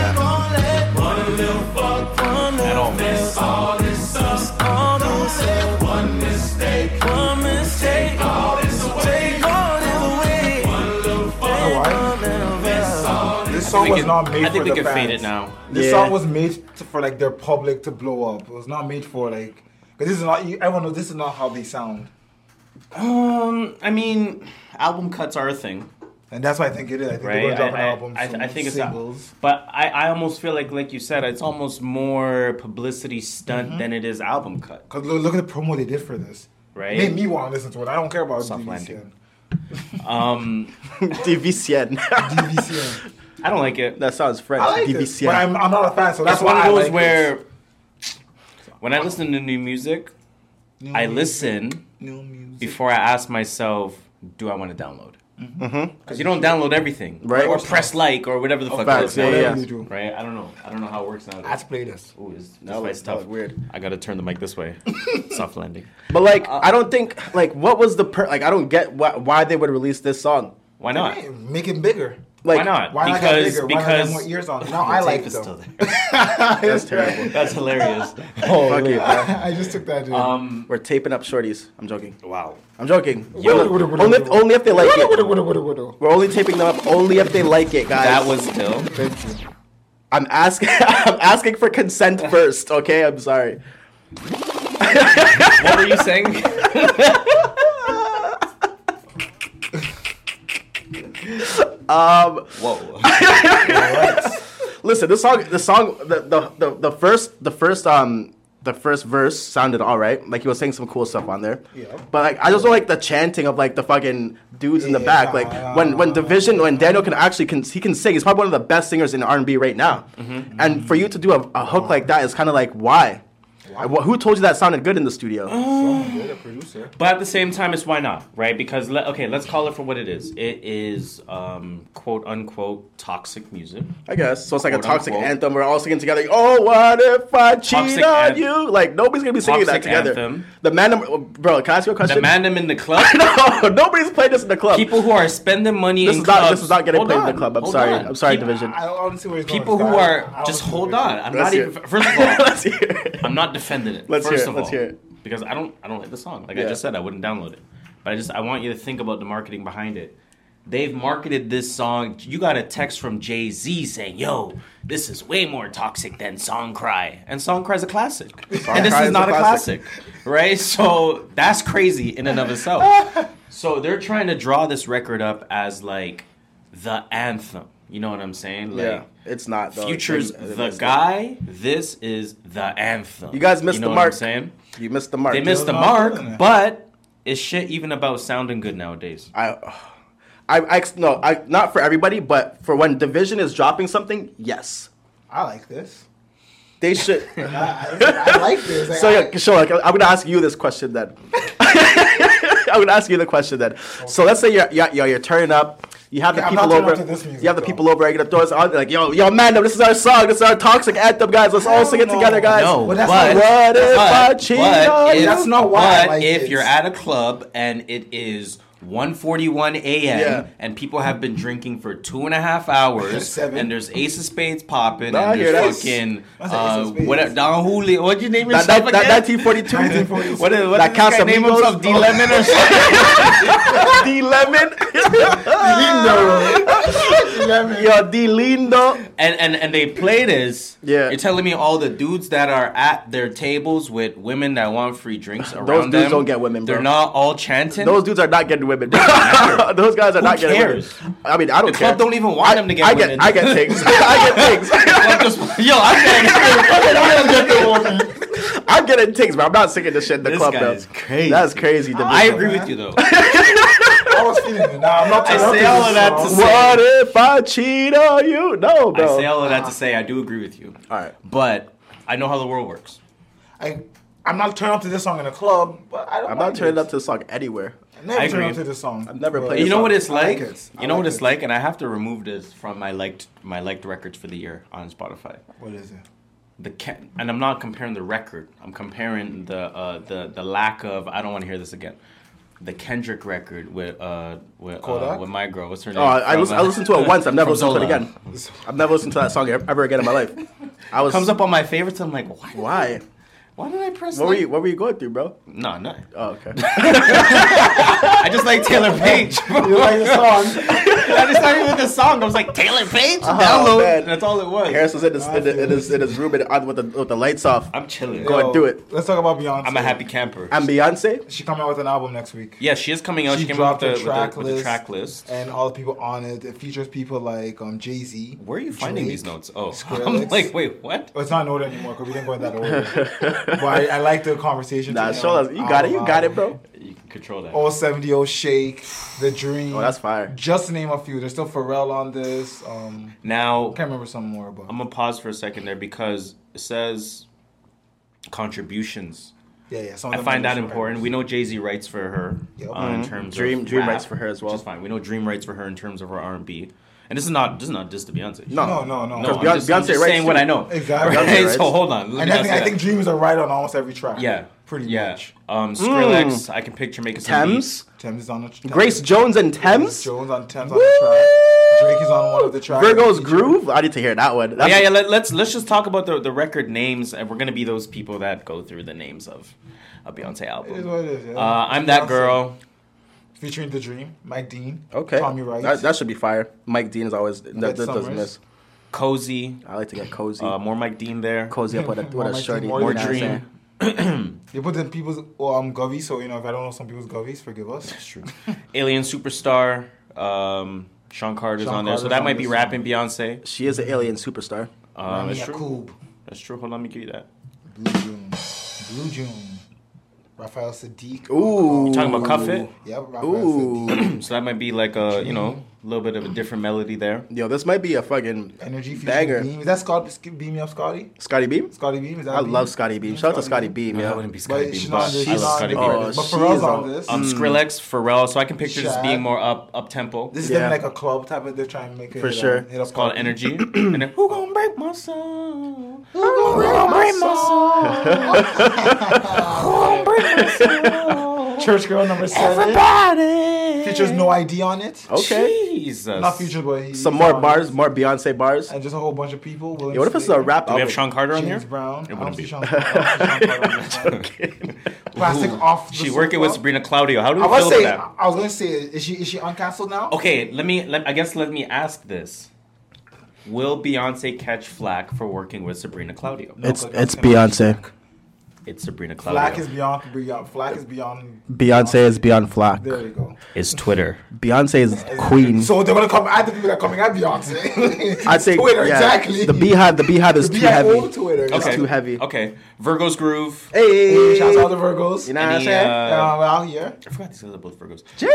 [SPEAKER 3] that.
[SPEAKER 6] One little fuck, one little miss, all this stuff, all this stuff. One mistake, one mistake, all this away. Take all this away. One little fuck,
[SPEAKER 4] Alright.
[SPEAKER 6] little miss, all
[SPEAKER 4] This song
[SPEAKER 2] We
[SPEAKER 4] was
[SPEAKER 2] can-
[SPEAKER 4] not made
[SPEAKER 2] I think we
[SPEAKER 4] for the
[SPEAKER 2] can
[SPEAKER 4] fans.
[SPEAKER 2] fade it now.
[SPEAKER 4] This
[SPEAKER 3] Yeah.
[SPEAKER 4] song was made to, for like their public to blow up. It was not made for like. Cause this is not. You, everyone knows this is not how they sound,
[SPEAKER 2] Um, I mean, album cuts are a thing,
[SPEAKER 4] and that's why I think it is. I think
[SPEAKER 2] right?
[SPEAKER 4] they're gonna drop an
[SPEAKER 2] I, I-
[SPEAKER 4] album.
[SPEAKER 2] I,
[SPEAKER 4] soon,
[SPEAKER 2] I think it's
[SPEAKER 4] singles.
[SPEAKER 2] but I, I almost feel like, like you said, it's almost more publicity stunt
[SPEAKER 4] Mm-hmm.
[SPEAKER 2] than it is album cut.
[SPEAKER 4] Cause look, look at the promo they did for this.
[SPEAKER 2] Right.
[SPEAKER 4] Made me want to listen to it. I don't care about
[SPEAKER 2] Soft
[SPEAKER 4] DVCN.
[SPEAKER 2] landing. Um,
[SPEAKER 3] DVCN.
[SPEAKER 4] DVCN.
[SPEAKER 2] I don't like it.
[SPEAKER 3] that sounds French.
[SPEAKER 4] I like this, but
[SPEAKER 3] DVCN.
[SPEAKER 4] I'm, I'm not a fan, so that's
[SPEAKER 2] That's one
[SPEAKER 4] why
[SPEAKER 2] of
[SPEAKER 4] I
[SPEAKER 2] those
[SPEAKER 4] like
[SPEAKER 2] where when I listen to new music, I listen
[SPEAKER 4] New music.
[SPEAKER 2] before I ask myself, do I want to download? Because
[SPEAKER 4] Mm-hmm.
[SPEAKER 2] you don't download everything,
[SPEAKER 3] Right.
[SPEAKER 2] Or press like or whatever the fuck.
[SPEAKER 3] facts,
[SPEAKER 2] it is
[SPEAKER 3] yeah,
[SPEAKER 2] nowadays,
[SPEAKER 4] yeah. you do.
[SPEAKER 2] Right? I don't know. I don't know how it works now.
[SPEAKER 4] That's playlist.
[SPEAKER 2] Ooh, it's, this
[SPEAKER 3] That
[SPEAKER 2] fight's
[SPEAKER 3] was- that
[SPEAKER 2] tough.
[SPEAKER 3] was weird.
[SPEAKER 2] I gotta turn the mic this way. Soft landing.
[SPEAKER 3] But like, I don't think like what was the per- like I don't get why, why they would release this song.
[SPEAKER 2] Why not?
[SPEAKER 4] Hey, make it bigger.
[SPEAKER 3] Like,
[SPEAKER 2] Why not?
[SPEAKER 4] Why not get
[SPEAKER 2] because
[SPEAKER 4] bigger? Why not
[SPEAKER 2] because
[SPEAKER 4] get more ears on? No, I like
[SPEAKER 2] Tape is still
[SPEAKER 4] them.
[SPEAKER 2] there.
[SPEAKER 3] That's terrible.
[SPEAKER 2] That's hilarious.
[SPEAKER 3] Holy,
[SPEAKER 4] I just took that. Dude.
[SPEAKER 2] Um,
[SPEAKER 3] we're taping up shorties. I'm joking.
[SPEAKER 2] wow.
[SPEAKER 3] I'm joking.
[SPEAKER 2] Yo,
[SPEAKER 3] only, if, only if they like it. We're only taping them up only if they like it, guys.
[SPEAKER 2] That was still.
[SPEAKER 4] Thank you.
[SPEAKER 3] I'm asking. I'm asking for consent first. Okay, I'm sorry.
[SPEAKER 2] What were you saying?
[SPEAKER 3] Um,
[SPEAKER 2] Whoa.
[SPEAKER 3] listen, this song, the song, the, the, the, the first, the first, um, the first verse sounded all right. Like he was saying some cool stuff on there.
[SPEAKER 4] Yeah.
[SPEAKER 3] But like, I just don't like the chanting of like the fucking dudes in the
[SPEAKER 4] Yeah.
[SPEAKER 3] back. Like when when Division, when Daniel can actually can he can sing. He's probably one of the best singers in R and B right now.
[SPEAKER 2] Mm-hmm.
[SPEAKER 3] And for you to do a, a hook like that is kind of like why. Wh- Who told you that sounded good in the studio?
[SPEAKER 4] Someone good, a producer.
[SPEAKER 2] But at the same time, it's why not, right? Because le- okay, let's call it for what it is. It is um, quote unquote toxic music.
[SPEAKER 3] I guess. So it's like a
[SPEAKER 2] Quote,
[SPEAKER 3] toxic
[SPEAKER 2] unquote.
[SPEAKER 3] anthem. We're all singing together. like, oh, what if I cheat
[SPEAKER 2] Toxic
[SPEAKER 3] on
[SPEAKER 2] anth-
[SPEAKER 3] you? Like nobody's gonna be singing that
[SPEAKER 2] Toxic
[SPEAKER 3] together.
[SPEAKER 2] anthem.
[SPEAKER 3] The man, bro. Can I ask you a question?
[SPEAKER 2] The mandem in the club.
[SPEAKER 3] no, nobody's played this in the club.
[SPEAKER 2] People who are spending money
[SPEAKER 3] this
[SPEAKER 2] in
[SPEAKER 3] is not.
[SPEAKER 2] clubs.
[SPEAKER 3] This is not getting
[SPEAKER 2] Hold
[SPEAKER 3] played in
[SPEAKER 2] on,
[SPEAKER 3] the club. I'm
[SPEAKER 2] hold
[SPEAKER 3] sorry.
[SPEAKER 2] on.
[SPEAKER 3] I'm sorry,
[SPEAKER 2] Keep-
[SPEAKER 3] division.
[SPEAKER 4] I don't see where he's going
[SPEAKER 2] People
[SPEAKER 4] with
[SPEAKER 2] who
[SPEAKER 4] that. I
[SPEAKER 2] are
[SPEAKER 4] don't
[SPEAKER 2] just
[SPEAKER 4] see where
[SPEAKER 2] hold on.
[SPEAKER 4] he's going.
[SPEAKER 2] I'm
[SPEAKER 3] Let's
[SPEAKER 2] not
[SPEAKER 3] hear
[SPEAKER 2] even.
[SPEAKER 3] it.
[SPEAKER 2] First of all,
[SPEAKER 3] Let's hear it.
[SPEAKER 2] I'm not defending it.
[SPEAKER 3] Let's hear
[SPEAKER 2] first
[SPEAKER 3] it,
[SPEAKER 2] of
[SPEAKER 3] let's
[SPEAKER 2] all,
[SPEAKER 3] hear it.
[SPEAKER 2] Because I don't I don't like the song. Like
[SPEAKER 3] Yeah.
[SPEAKER 2] I just said, I wouldn't download it. But I just I want you to think about the marketing behind it. They've marketed this song. You got a text from Jay Z saying, "Yo, this is way more toxic than Song Cry," and Song Cry is a classic, and this
[SPEAKER 3] Cry
[SPEAKER 2] is
[SPEAKER 3] is
[SPEAKER 2] not
[SPEAKER 3] a
[SPEAKER 2] a
[SPEAKER 3] classic.
[SPEAKER 2] classic, right? So that's crazy in and of itself. so they're trying to draw this record up as like the anthem. You know what I'm saying? Like,
[SPEAKER 3] Yeah, it's not. Though.
[SPEAKER 2] Future's
[SPEAKER 3] They- they
[SPEAKER 2] the
[SPEAKER 3] missed it.
[SPEAKER 2] guy. This is the anthem.
[SPEAKER 3] You guys missed
[SPEAKER 2] know
[SPEAKER 3] the
[SPEAKER 2] what
[SPEAKER 3] mark.
[SPEAKER 2] I'm saying
[SPEAKER 3] You missed the mark.
[SPEAKER 2] they missed the
[SPEAKER 4] not doing
[SPEAKER 2] mark,
[SPEAKER 4] it.
[SPEAKER 2] but is shit even about sounding good nowadays?
[SPEAKER 3] I, I, I, no, I, not for everybody, but for when division is dropping something, yes,
[SPEAKER 4] I like this.
[SPEAKER 3] they should.
[SPEAKER 4] I, I, I like this. Like,
[SPEAKER 3] So
[SPEAKER 4] I-
[SPEAKER 3] yeah, sure. Like, I'm gonna ask you this question then. I'm gonna ask you the question then. So let's say you're you're, you're, you're turning up. You have the
[SPEAKER 4] Yeah, I'm
[SPEAKER 3] people
[SPEAKER 4] not turning
[SPEAKER 3] over.
[SPEAKER 4] up to this music,
[SPEAKER 3] you have the
[SPEAKER 4] though.
[SPEAKER 3] people over. You're gonna throw us on. Like yo, yo, man, this is our song. This is our toxic anthem, guys. Let's all
[SPEAKER 4] Hell
[SPEAKER 3] sing it
[SPEAKER 4] no.
[SPEAKER 3] together, guys.
[SPEAKER 2] No,
[SPEAKER 4] But
[SPEAKER 2] but,
[SPEAKER 4] that's
[SPEAKER 2] but,
[SPEAKER 4] not-
[SPEAKER 3] What if I
[SPEAKER 2] but,
[SPEAKER 3] cheat on you?
[SPEAKER 2] if,
[SPEAKER 4] That's not why I
[SPEAKER 2] but
[SPEAKER 4] like
[SPEAKER 2] if
[SPEAKER 4] it.
[SPEAKER 2] you're at a club and it is 1.41 a.m.
[SPEAKER 3] Yeah.
[SPEAKER 2] and people have been drinking for two and a half hours
[SPEAKER 4] Seven.
[SPEAKER 2] and there's Ace of Spades popping
[SPEAKER 3] Nah, I
[SPEAKER 2] and
[SPEAKER 3] hear that.
[SPEAKER 2] there's fucking
[SPEAKER 4] That's an Ace
[SPEAKER 2] uh,
[SPEAKER 4] of Spades.
[SPEAKER 2] what, Don Julio. What'd you name
[SPEAKER 3] That,
[SPEAKER 2] yourself
[SPEAKER 3] that, that
[SPEAKER 2] again?
[SPEAKER 3] 1942.
[SPEAKER 4] 1942.
[SPEAKER 2] what is, what
[SPEAKER 3] that
[SPEAKER 2] that this guy
[SPEAKER 3] Casamigos?
[SPEAKER 2] name himself? D-Lemon or something?
[SPEAKER 3] D Lemon. Yo, D Lindo.
[SPEAKER 2] and and and they play this.
[SPEAKER 3] Yeah.
[SPEAKER 2] you're telling me all the dudes that are at their tables with women that want free drinks around
[SPEAKER 3] dudes
[SPEAKER 2] them,
[SPEAKER 3] don't get women, bro.
[SPEAKER 2] They're not all chanting.
[SPEAKER 3] Those dudes are not getting women. Those guys are not getting
[SPEAKER 2] cares?
[SPEAKER 3] women. I mean, I don't
[SPEAKER 2] the
[SPEAKER 3] care.
[SPEAKER 2] club don't even want them to get
[SPEAKER 3] I
[SPEAKER 2] women.
[SPEAKER 3] get, I get things. I get things.
[SPEAKER 2] Club just- yo, I'm getting.
[SPEAKER 3] I'm getting ticks, but I'm not singing this shit in the
[SPEAKER 2] This
[SPEAKER 3] club,
[SPEAKER 2] guy
[SPEAKER 3] bro.
[SPEAKER 2] is crazy.
[SPEAKER 3] That's crazy. to me.
[SPEAKER 2] I agree with you though.
[SPEAKER 4] I was feeling it. Nah, I'm not
[SPEAKER 2] I
[SPEAKER 4] turning up
[SPEAKER 2] say
[SPEAKER 4] to
[SPEAKER 2] all
[SPEAKER 4] this
[SPEAKER 2] of that to
[SPEAKER 4] song.
[SPEAKER 2] say-
[SPEAKER 3] What if I cheat on you? No,
[SPEAKER 2] I
[SPEAKER 3] bro.
[SPEAKER 2] say all of that to say I do agree with you.
[SPEAKER 3] All right.
[SPEAKER 2] but I know how the world works.
[SPEAKER 4] I, I'm not turning up to this song in a club, but I don't.
[SPEAKER 3] I'm
[SPEAKER 4] mind
[SPEAKER 3] not turning
[SPEAKER 4] it.
[SPEAKER 3] up to the song anywhere.
[SPEAKER 4] I never
[SPEAKER 2] I
[SPEAKER 4] turn
[SPEAKER 2] agree.
[SPEAKER 4] up to this song. I've
[SPEAKER 3] never played
[SPEAKER 2] You
[SPEAKER 3] It's
[SPEAKER 2] know
[SPEAKER 3] not-
[SPEAKER 2] what it's
[SPEAKER 4] I like
[SPEAKER 2] like.
[SPEAKER 4] it. I
[SPEAKER 2] You know what
[SPEAKER 4] like
[SPEAKER 2] it's
[SPEAKER 4] it.
[SPEAKER 2] like, and I have to remove this from my liked my liked records for the year on Spotify.
[SPEAKER 4] What is it?
[SPEAKER 2] the ca- and I'm not comparing the record. I'm comparing the uh, the the lack of. I don't want to hear this again. The Kendrick record with uh with uh,
[SPEAKER 4] Kodak?
[SPEAKER 2] with my girl. What's her name?
[SPEAKER 3] Oh, I, I,
[SPEAKER 2] From,
[SPEAKER 3] listen,
[SPEAKER 2] uh,
[SPEAKER 3] I listened to it once. I've never
[SPEAKER 2] from
[SPEAKER 3] listened to it
[SPEAKER 2] Zola.
[SPEAKER 3] again. I've never listened to that song e-, ever again in my life. I was
[SPEAKER 2] Comes up on my favorites. I'm like, why?
[SPEAKER 3] Why?
[SPEAKER 2] Why did I press?
[SPEAKER 3] What were
[SPEAKER 2] like-
[SPEAKER 3] you? What were you going through, bro?
[SPEAKER 2] No, no.
[SPEAKER 3] Oh, okay.
[SPEAKER 2] I just like Taylor Page.
[SPEAKER 4] You
[SPEAKER 2] bro.
[SPEAKER 4] like the song?
[SPEAKER 2] I just started with the song. I was like Taylor Page. download.
[SPEAKER 3] Oh, man.
[SPEAKER 2] That's all it was.
[SPEAKER 3] Harris was in his in, his- in his in his room and, uh, with the with the lights off.
[SPEAKER 2] I'm chilling.
[SPEAKER 3] Go ahead.
[SPEAKER 4] Yo,
[SPEAKER 3] do it.
[SPEAKER 4] Let's talk about Beyonce.
[SPEAKER 2] I'm a happy camper.
[SPEAKER 3] And Beyonce.
[SPEAKER 4] She coming out with an album next week.
[SPEAKER 2] yeah, she is coming out. She,
[SPEAKER 4] She
[SPEAKER 2] came out
[SPEAKER 4] dropped her
[SPEAKER 2] with the, with,
[SPEAKER 4] track
[SPEAKER 2] the, with the
[SPEAKER 4] list.
[SPEAKER 2] track list.
[SPEAKER 4] And all the people on it. It features people like um, Jay Z.
[SPEAKER 2] Where are you finding these notes? Oh, I'm
[SPEAKER 4] Skrillex.
[SPEAKER 2] like, wait, what?
[SPEAKER 4] Well, it's not an order anymore because we didn't go in that order. but I, I like the conversation.
[SPEAKER 3] Nah, show us. You got it. You got it, bro.
[SPEAKER 2] You can control that.
[SPEAKER 4] All 70 O Shake, The Dream.
[SPEAKER 3] Oh, that's fire.
[SPEAKER 4] Just to name a few. There's still Pharrell on this. Um,
[SPEAKER 2] Now,
[SPEAKER 4] can't remember some more, but
[SPEAKER 2] I'm gonna pause for a second there because it says contributions
[SPEAKER 4] Yeah, yeah.
[SPEAKER 3] Oh,
[SPEAKER 4] Some of
[SPEAKER 2] I
[SPEAKER 4] them
[SPEAKER 2] find
[SPEAKER 4] are
[SPEAKER 2] that
[SPEAKER 4] super
[SPEAKER 2] important. We know Jay Z writes for her
[SPEAKER 4] Yeah.
[SPEAKER 2] uh, in terms
[SPEAKER 3] Mm-hmm. Dream-
[SPEAKER 2] of
[SPEAKER 3] Dream
[SPEAKER 2] rap,
[SPEAKER 3] writes for her as well.
[SPEAKER 2] Which is fine. We know Dream writes for her in terms of her R and B. And this is not this is not just to Beyonce.
[SPEAKER 4] No, no, no.
[SPEAKER 2] no. I'm
[SPEAKER 3] Beyonce-
[SPEAKER 2] just, I'm
[SPEAKER 3] Beyonce
[SPEAKER 2] just
[SPEAKER 3] writes
[SPEAKER 2] saying what
[SPEAKER 3] too.
[SPEAKER 2] I know.
[SPEAKER 4] Exactly.
[SPEAKER 2] Right?
[SPEAKER 3] Beyonce writes.
[SPEAKER 2] So hold on. Let
[SPEAKER 4] And
[SPEAKER 2] me
[SPEAKER 4] I
[SPEAKER 2] not
[SPEAKER 4] think,
[SPEAKER 2] say
[SPEAKER 4] I
[SPEAKER 2] that.
[SPEAKER 4] think dreams are right on almost every track.
[SPEAKER 2] yeah,
[SPEAKER 4] pretty
[SPEAKER 2] yeah.
[SPEAKER 4] much.
[SPEAKER 2] Um, Skrillex. I can picture making some beats.
[SPEAKER 3] Hmm. Thames,
[SPEAKER 4] Thames is on the Thames.
[SPEAKER 3] Grace Jones and Thames,
[SPEAKER 4] Jones on Thames on the track. Drake is on one of the tracks.
[SPEAKER 3] Virgo's Groove. I need to hear that one. That's-
[SPEAKER 2] yeah, yeah. Let, let's let's just talk about the, the record names, and we're gonna be those people that go through the names of a Beyonce
[SPEAKER 4] It is
[SPEAKER 2] album.
[SPEAKER 4] what it is. Yeah.
[SPEAKER 2] Uh, I'm that
[SPEAKER 4] Beyonce.
[SPEAKER 2] girl.
[SPEAKER 4] featuring the Dream, Mike Dean,
[SPEAKER 3] Okay,
[SPEAKER 4] Tommy Rice.
[SPEAKER 3] That, that should be fire. Mike Dean is always that, that
[SPEAKER 4] Get
[SPEAKER 3] doesn't
[SPEAKER 4] Summers.
[SPEAKER 3] miss.
[SPEAKER 2] Cozy.
[SPEAKER 3] I like to get cozy,
[SPEAKER 2] Uh, more Mike Dean there.
[SPEAKER 3] cozy up with a
[SPEAKER 4] More
[SPEAKER 3] with a
[SPEAKER 4] Mike Dean,
[SPEAKER 3] shorty.
[SPEAKER 4] more
[SPEAKER 3] you
[SPEAKER 2] More
[SPEAKER 3] know what I'm
[SPEAKER 2] Dream.
[SPEAKER 3] saying?
[SPEAKER 4] They put in people's oh, um, Govey, so you know if I don't know some people's Goveys, forgive us.
[SPEAKER 2] True. Alien Superstar. Um, Sean Carter's
[SPEAKER 4] Sean
[SPEAKER 2] on there, so
[SPEAKER 4] Carter's
[SPEAKER 2] that
[SPEAKER 4] on
[SPEAKER 2] might be
[SPEAKER 4] this
[SPEAKER 2] rapping Beyonce.
[SPEAKER 3] She is an alien superstar.
[SPEAKER 2] Um, that's true.
[SPEAKER 4] Yakub,
[SPEAKER 2] That's true. Hold on, let me give you that.
[SPEAKER 4] Blue June, Blue June, Raphael Sadiq.
[SPEAKER 3] Ooh.
[SPEAKER 2] Talking about Cuff It,
[SPEAKER 4] Yeah, Raphael
[SPEAKER 3] Ooh.
[SPEAKER 4] Sadiq.
[SPEAKER 2] so that might be like a you know a little bit of a different melody there.
[SPEAKER 3] Yo, this might be a fucking
[SPEAKER 4] Energy Fusion
[SPEAKER 3] bagger.
[SPEAKER 4] Beam. Is that Scott? Beam me up, Scotty.
[SPEAKER 3] Scotty Beam.
[SPEAKER 4] Scotty Beam. Is that
[SPEAKER 3] I
[SPEAKER 4] Beam?
[SPEAKER 3] love Scotty Beam. Shout out to Scotty Beam.
[SPEAKER 2] That
[SPEAKER 3] Yeah.
[SPEAKER 2] wouldn't be Scotty
[SPEAKER 4] But
[SPEAKER 2] Beam,
[SPEAKER 4] she's
[SPEAKER 2] but
[SPEAKER 4] not.
[SPEAKER 2] I love
[SPEAKER 4] She's not.
[SPEAKER 2] Scotty
[SPEAKER 4] Scotty
[SPEAKER 2] Beam.
[SPEAKER 3] Oh,
[SPEAKER 4] but
[SPEAKER 3] she is
[SPEAKER 4] Pharrell's
[SPEAKER 3] on-
[SPEAKER 4] on this.
[SPEAKER 2] Um, Skrillex, Pharrell. So I can picture this
[SPEAKER 4] Shaq.
[SPEAKER 2] being more up up tempo.
[SPEAKER 4] This is
[SPEAKER 3] Yeah.
[SPEAKER 4] them like a club type of. They're trying to make it
[SPEAKER 3] For
[SPEAKER 4] um,
[SPEAKER 3] sure.
[SPEAKER 4] Hit us
[SPEAKER 2] It's called Energy. and then, who gonna break my soul? Who gonna break my soul?
[SPEAKER 4] Church Girl number seven. Features no ID on it.
[SPEAKER 3] Okay.
[SPEAKER 2] Jesus.
[SPEAKER 4] Not featured, but he's
[SPEAKER 3] Some more
[SPEAKER 4] on it.
[SPEAKER 3] bars, more Beyonce bars.
[SPEAKER 4] and just a whole bunch of people. William
[SPEAKER 3] Yo, what if it's a
[SPEAKER 4] Smith,
[SPEAKER 3] rap
[SPEAKER 2] Do we
[SPEAKER 3] album?
[SPEAKER 2] have Sean Carter on
[SPEAKER 4] James
[SPEAKER 2] here?
[SPEAKER 4] Brown. I
[SPEAKER 2] wouldn't
[SPEAKER 4] don't see
[SPEAKER 2] be.
[SPEAKER 4] Sean Carter. I don't see Sean Carter. Plastic
[SPEAKER 2] Ooh.
[SPEAKER 4] off. the
[SPEAKER 2] She working with
[SPEAKER 4] sofa.
[SPEAKER 2] Sabrina Claudio. How do we
[SPEAKER 4] I
[SPEAKER 2] feel
[SPEAKER 4] was
[SPEAKER 2] about
[SPEAKER 4] saying.
[SPEAKER 2] that?
[SPEAKER 4] I was gonna say, is she is she uncancelled now?
[SPEAKER 2] Okay, let me. Let, I guess let me ask this: Will Beyonce catch flack for working with Sabrina Claudio?
[SPEAKER 3] It's
[SPEAKER 4] Okay,
[SPEAKER 3] it's
[SPEAKER 4] okay.
[SPEAKER 3] Beyonce.
[SPEAKER 2] It's Sabrina Claudio.
[SPEAKER 4] Black is beyond. beyond Black is beyond.
[SPEAKER 3] Beyonce is beyond flock.
[SPEAKER 4] There you go.
[SPEAKER 2] It's Twitter.
[SPEAKER 3] Beyonce is queen.
[SPEAKER 4] So they're gonna come at the people that are coming at Beyonce.
[SPEAKER 3] Mm. I think
[SPEAKER 4] Twitter
[SPEAKER 3] yeah,
[SPEAKER 4] exactly.
[SPEAKER 3] The Beehive, the Beehive is
[SPEAKER 4] The
[SPEAKER 3] too
[SPEAKER 4] B.I.O.
[SPEAKER 3] heavy.
[SPEAKER 4] Twitter.
[SPEAKER 3] It's
[SPEAKER 2] Okay.
[SPEAKER 3] too heavy.
[SPEAKER 2] Okay, Virgo's Groove.
[SPEAKER 3] Hey,
[SPEAKER 4] Shout out to Virgos.
[SPEAKER 3] you know what I'm
[SPEAKER 2] Any,
[SPEAKER 3] saying?
[SPEAKER 2] uh,
[SPEAKER 4] um, out here.
[SPEAKER 2] I forgot these guys are both Virgos. Um,
[SPEAKER 3] Jeez.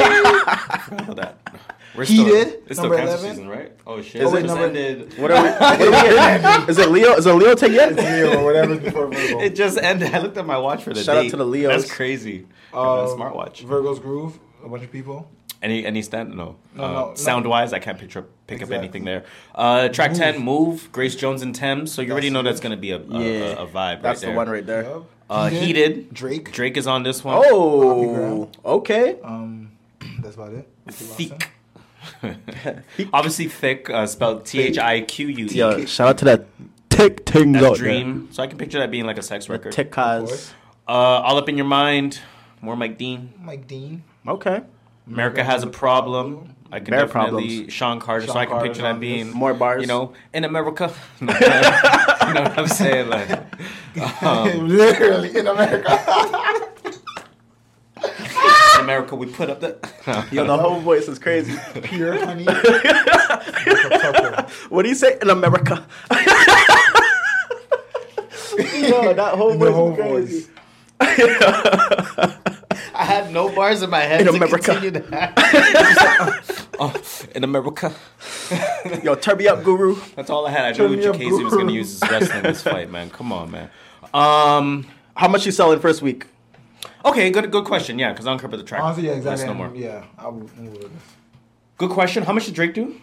[SPEAKER 2] I forgot about that. We're
[SPEAKER 4] Heated,
[SPEAKER 2] Still, it's still
[SPEAKER 4] number
[SPEAKER 2] cancer
[SPEAKER 4] 11.
[SPEAKER 2] season, right? Oh shit!
[SPEAKER 3] Is
[SPEAKER 2] It
[SPEAKER 3] it
[SPEAKER 2] just
[SPEAKER 3] number-
[SPEAKER 2] ended.
[SPEAKER 3] what are we? What are we getting? Is it Leo? Is it Leo take yet?
[SPEAKER 4] or whatever is before Virgo.
[SPEAKER 2] It just ended. I looked at my watch for the
[SPEAKER 3] Shout out
[SPEAKER 2] date.
[SPEAKER 3] to the Leos.
[SPEAKER 2] That's crazy.
[SPEAKER 4] Um,
[SPEAKER 2] Um, smartwatch.
[SPEAKER 4] Virgo's Groove. A bunch of people.
[SPEAKER 2] Any any stand? No. uh,
[SPEAKER 4] no, no.
[SPEAKER 2] sound wise, I can't picture pick
[SPEAKER 4] Exactly.
[SPEAKER 2] up anything there. Uh, track ten, move. Grace Jones and Thames. So you already
[SPEAKER 4] That's
[SPEAKER 2] know that's gonna be a a,
[SPEAKER 3] Yeah.
[SPEAKER 2] a, a vibe.
[SPEAKER 3] That's
[SPEAKER 2] right
[SPEAKER 3] the
[SPEAKER 2] there.
[SPEAKER 3] one right there.
[SPEAKER 4] Yep.
[SPEAKER 2] Uh, heated.
[SPEAKER 4] Drake.
[SPEAKER 2] Drake is on this one.
[SPEAKER 4] Bobby
[SPEAKER 3] Oh,
[SPEAKER 4] Graham.
[SPEAKER 3] okay.
[SPEAKER 4] Um, that's about it. Ricky Lawson.
[SPEAKER 2] thick. Obviously thick, uh, spelled T H I Q U
[SPEAKER 3] Yo,
[SPEAKER 2] E.
[SPEAKER 3] shout out to that tick ting
[SPEAKER 2] That's
[SPEAKER 3] out there.
[SPEAKER 2] Dream. So I can picture that being like a sex record.
[SPEAKER 3] Tick
[SPEAKER 4] Of
[SPEAKER 3] cause.
[SPEAKER 4] course.
[SPEAKER 2] Uh, all up in your mind. More Mike Dean.
[SPEAKER 4] Mike Dean.
[SPEAKER 3] Okay.
[SPEAKER 2] America has a problem. I can
[SPEAKER 3] Bear
[SPEAKER 2] definitely
[SPEAKER 3] problems.
[SPEAKER 2] Sean Carter, so
[SPEAKER 4] Sean
[SPEAKER 2] I can
[SPEAKER 4] Carter's
[SPEAKER 2] picture that
[SPEAKER 4] on this.
[SPEAKER 2] being
[SPEAKER 3] More bars.
[SPEAKER 2] You know, in America, you know what I'm saying? Like, um,
[SPEAKER 4] Literally in America.
[SPEAKER 2] in America, we put up the.
[SPEAKER 3] Yo, the whole voice is crazy.
[SPEAKER 4] Pure honey. Michael Tucker.
[SPEAKER 3] What do you say in America? Yo, that whole voice
[SPEAKER 4] The whole
[SPEAKER 3] is crazy.
[SPEAKER 4] voice.
[SPEAKER 2] I had no bars in my head
[SPEAKER 3] In to America. continue
[SPEAKER 2] oh, in America,
[SPEAKER 3] Yo, turn me up, guru.
[SPEAKER 2] that's all I had. I knew
[SPEAKER 4] Turn me up,
[SPEAKER 2] Jacasey was going to
[SPEAKER 4] bro.
[SPEAKER 2] use his wrestling this fight, man. Come on, man. Um.
[SPEAKER 3] How much you selling first week?
[SPEAKER 2] Okay, good. Good question. Yeah, because I don't care about the track.
[SPEAKER 4] Honestly, yeah,
[SPEAKER 2] That's
[SPEAKER 4] exactly.
[SPEAKER 2] no more.
[SPEAKER 4] Yeah, I would. I would.
[SPEAKER 2] Good question. How much did Drake do?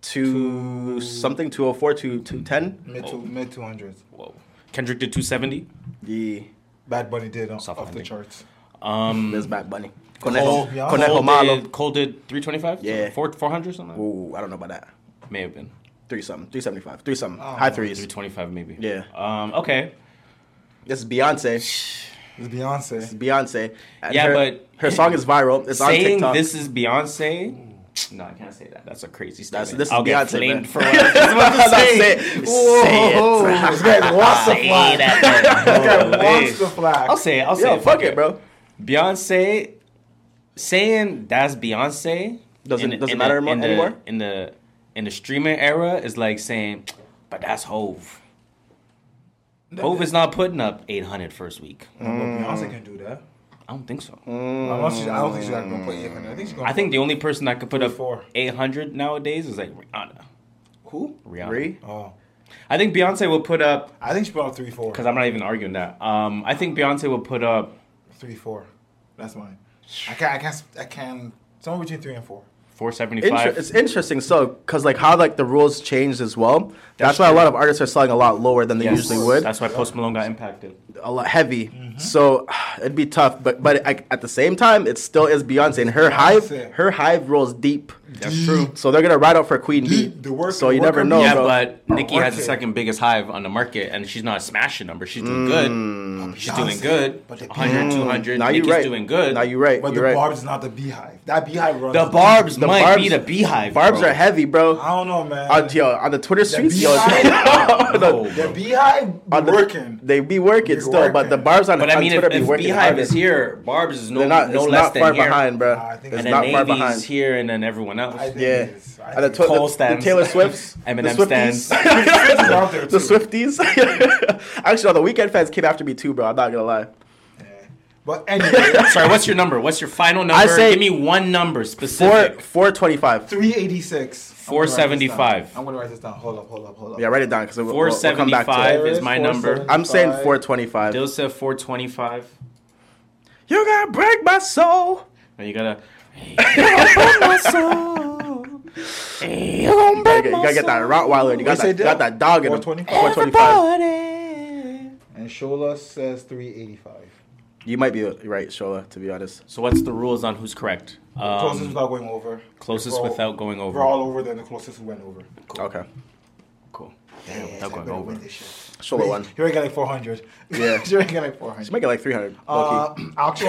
[SPEAKER 3] Two something, 204, two- 210?
[SPEAKER 4] Mid
[SPEAKER 2] Oh.
[SPEAKER 4] to mid two hundreds.
[SPEAKER 2] Whoa. Kendrick did 270.
[SPEAKER 3] Yeah.
[SPEAKER 4] Bad Bunny did on, off the
[SPEAKER 2] funding.
[SPEAKER 4] charts.
[SPEAKER 3] There's Bad Bunny.
[SPEAKER 2] Cole,
[SPEAKER 3] Conejo,
[SPEAKER 4] Beyonce.
[SPEAKER 3] Conejo
[SPEAKER 2] Cole,
[SPEAKER 3] Malo.
[SPEAKER 2] did, Cole did 325?
[SPEAKER 3] Yeah.
[SPEAKER 2] Four, 400 something?
[SPEAKER 3] Ooh, I don't know about that.
[SPEAKER 2] May have been.
[SPEAKER 3] Three something, 375, three something. High threes.
[SPEAKER 2] 325 maybe.
[SPEAKER 3] Yeah.
[SPEAKER 2] Um, okay.
[SPEAKER 3] This is Beyonce.
[SPEAKER 4] It's Beyonce.
[SPEAKER 3] Beyonce. And
[SPEAKER 2] Yeah,
[SPEAKER 3] her,
[SPEAKER 2] but-
[SPEAKER 3] her song is viral. It's on
[SPEAKER 2] Saying
[SPEAKER 3] TikTok.
[SPEAKER 2] this is Beyonce. No, I can't say that. That's a crazy statement.
[SPEAKER 3] That's- this is
[SPEAKER 2] I'll get
[SPEAKER 3] Beyonce, man.
[SPEAKER 2] flamed for what I just about to say.
[SPEAKER 3] Say it. Say it.
[SPEAKER 4] This guy wants the
[SPEAKER 2] Say
[SPEAKER 4] flag.
[SPEAKER 2] that, man.
[SPEAKER 4] This guy wants
[SPEAKER 2] Holy.
[SPEAKER 4] the flag.
[SPEAKER 2] I'll say it. I'll say
[SPEAKER 3] Yo,
[SPEAKER 2] it.
[SPEAKER 3] fuck it, bro.
[SPEAKER 2] Beyonce saying that's Beyonce
[SPEAKER 3] Doesn't- doesn't matter mo-
[SPEAKER 2] in the,
[SPEAKER 3] anymore?
[SPEAKER 2] in the in the streaming era is like saying, but that's Hove. Hove is not putting up 800 first week. I
[SPEAKER 4] Beyonce can do that.
[SPEAKER 2] don't think so.
[SPEAKER 4] I don't, think- I don't think she's gonna play even. I think she's gonna.
[SPEAKER 2] I think the only person that could put up
[SPEAKER 4] Four.
[SPEAKER 2] 800 nowadays is like Rihanna.
[SPEAKER 4] who?
[SPEAKER 2] Rihanna.
[SPEAKER 3] Three.
[SPEAKER 4] Oh,
[SPEAKER 2] I think Beyonce will put up
[SPEAKER 4] I think she put out three, four.
[SPEAKER 2] because I'm not even arguing that. Um, I think Beyonce will put up.
[SPEAKER 4] Three, four. That's mine. I can, I can, I can. Somewhere between three and four.
[SPEAKER 3] Inter-
[SPEAKER 2] 475.
[SPEAKER 3] it's interesting, so because like how like the rules changed as well. That's, why a lot of artists are selling a lot lower than they
[SPEAKER 2] Yes,
[SPEAKER 3] usually would.
[SPEAKER 2] That's Mm-hmm. why Post Malone got impacted.
[SPEAKER 3] a lot heavy. So it'd be tough, but but I, at the same time, it still is Beyonce, and her hive
[SPEAKER 4] Beyonce.
[SPEAKER 3] her hive rolls deep.
[SPEAKER 2] That's true.
[SPEAKER 3] So they're gonna ride out for Queen B.
[SPEAKER 4] The work-
[SPEAKER 3] so you
[SPEAKER 4] worker
[SPEAKER 3] never know,
[SPEAKER 4] bee.
[SPEAKER 2] yeah,
[SPEAKER 3] Oh, bro.
[SPEAKER 2] but Nicki has the
[SPEAKER 4] market.
[SPEAKER 2] second biggest hive on the market, and she's not a smashing number. She's
[SPEAKER 3] Mm.
[SPEAKER 2] doing good. She's doing
[SPEAKER 4] Beyonce,
[SPEAKER 2] good.
[SPEAKER 4] but the
[SPEAKER 2] 100, 200.
[SPEAKER 3] now
[SPEAKER 2] Nicki's
[SPEAKER 3] you're right.
[SPEAKER 2] doing good.
[SPEAKER 3] Now you're right.
[SPEAKER 4] But the
[SPEAKER 3] you're right.
[SPEAKER 4] Barb's is not the beehive. That beehive runs.
[SPEAKER 2] The Barb's
[SPEAKER 3] The
[SPEAKER 2] might be
[SPEAKER 3] Barb's-
[SPEAKER 2] the beehive.
[SPEAKER 3] Barb's
[SPEAKER 2] bro.
[SPEAKER 3] are heavy, bro.
[SPEAKER 4] I don't know, man.
[SPEAKER 3] On, yo, on the Twitter streets, yo, the-
[SPEAKER 4] beehive-
[SPEAKER 2] No,
[SPEAKER 4] the
[SPEAKER 2] bro.
[SPEAKER 4] beehive
[SPEAKER 3] on the-
[SPEAKER 4] working.
[SPEAKER 3] They be working
[SPEAKER 4] Be
[SPEAKER 3] still, but the
[SPEAKER 4] working.
[SPEAKER 3] Barb's on,
[SPEAKER 2] But I
[SPEAKER 3] on
[SPEAKER 2] mean, if,
[SPEAKER 3] Twitter be
[SPEAKER 2] if
[SPEAKER 3] working.
[SPEAKER 2] Beehive
[SPEAKER 3] harder.
[SPEAKER 2] is here, Barb's is no,
[SPEAKER 3] they're not,
[SPEAKER 2] no
[SPEAKER 3] it's
[SPEAKER 2] less
[SPEAKER 3] not
[SPEAKER 2] than
[SPEAKER 3] far
[SPEAKER 2] here.
[SPEAKER 3] behind, bro.
[SPEAKER 4] Nah, I think
[SPEAKER 3] it's
[SPEAKER 2] And
[SPEAKER 4] it's-
[SPEAKER 2] then
[SPEAKER 3] not far
[SPEAKER 2] Navy's
[SPEAKER 3] behind.
[SPEAKER 2] here, and then everyone else.
[SPEAKER 4] I think
[SPEAKER 3] Yeah,
[SPEAKER 4] it is. I
[SPEAKER 3] and the,
[SPEAKER 4] think
[SPEAKER 3] twi-
[SPEAKER 4] it is.
[SPEAKER 2] Cole
[SPEAKER 3] the- the
[SPEAKER 2] stands.
[SPEAKER 3] Taylor Swifts, the
[SPEAKER 2] Eminem
[SPEAKER 3] Swifties.
[SPEAKER 2] stands.
[SPEAKER 4] It's out there
[SPEAKER 3] The
[SPEAKER 4] too.
[SPEAKER 3] Swifties. Actually, no, the weekend fans came after me too, bro. I'm not gonna lie.
[SPEAKER 4] But anyway,
[SPEAKER 2] Sorry, what's your number? What's your final number?
[SPEAKER 3] say-
[SPEAKER 2] Give me one
[SPEAKER 3] Four
[SPEAKER 2] number specific.
[SPEAKER 3] four twenty five.
[SPEAKER 4] 386. I'm gonna write this
[SPEAKER 2] 475.
[SPEAKER 4] down. I'm gonna write this down. Hold up, hold up, hold up.
[SPEAKER 3] Yeah, write it down because we'll,
[SPEAKER 2] Four
[SPEAKER 3] we'll we'll come
[SPEAKER 2] seventy
[SPEAKER 3] back to
[SPEAKER 2] five
[SPEAKER 3] it.
[SPEAKER 2] is my number.
[SPEAKER 3] I'm saying four twenty five.
[SPEAKER 2] Dill said four twenty five.
[SPEAKER 3] You gotta break my soul.
[SPEAKER 2] And you gotta
[SPEAKER 3] You gotta, you gotta get that Rottweiler. You got, that,
[SPEAKER 4] say, Dill?
[SPEAKER 3] got that dog in him.
[SPEAKER 4] 425.
[SPEAKER 3] 425.
[SPEAKER 4] And Shola says 385.
[SPEAKER 3] You might be right, Shola. To be honest.
[SPEAKER 2] So what's the rules on who's correct?
[SPEAKER 4] Closest
[SPEAKER 2] Um,
[SPEAKER 4] without going over.
[SPEAKER 2] closest
[SPEAKER 4] We're all-
[SPEAKER 2] without going over.
[SPEAKER 4] We're all over then the closest who went over.
[SPEAKER 3] Okay.
[SPEAKER 2] cool.
[SPEAKER 4] Damn,
[SPEAKER 2] without going over.
[SPEAKER 3] Shola won.
[SPEAKER 4] You already got like 400.
[SPEAKER 3] Yeah.
[SPEAKER 4] you already got like 400.
[SPEAKER 3] Just make it like three hundred.
[SPEAKER 4] Uh, actually,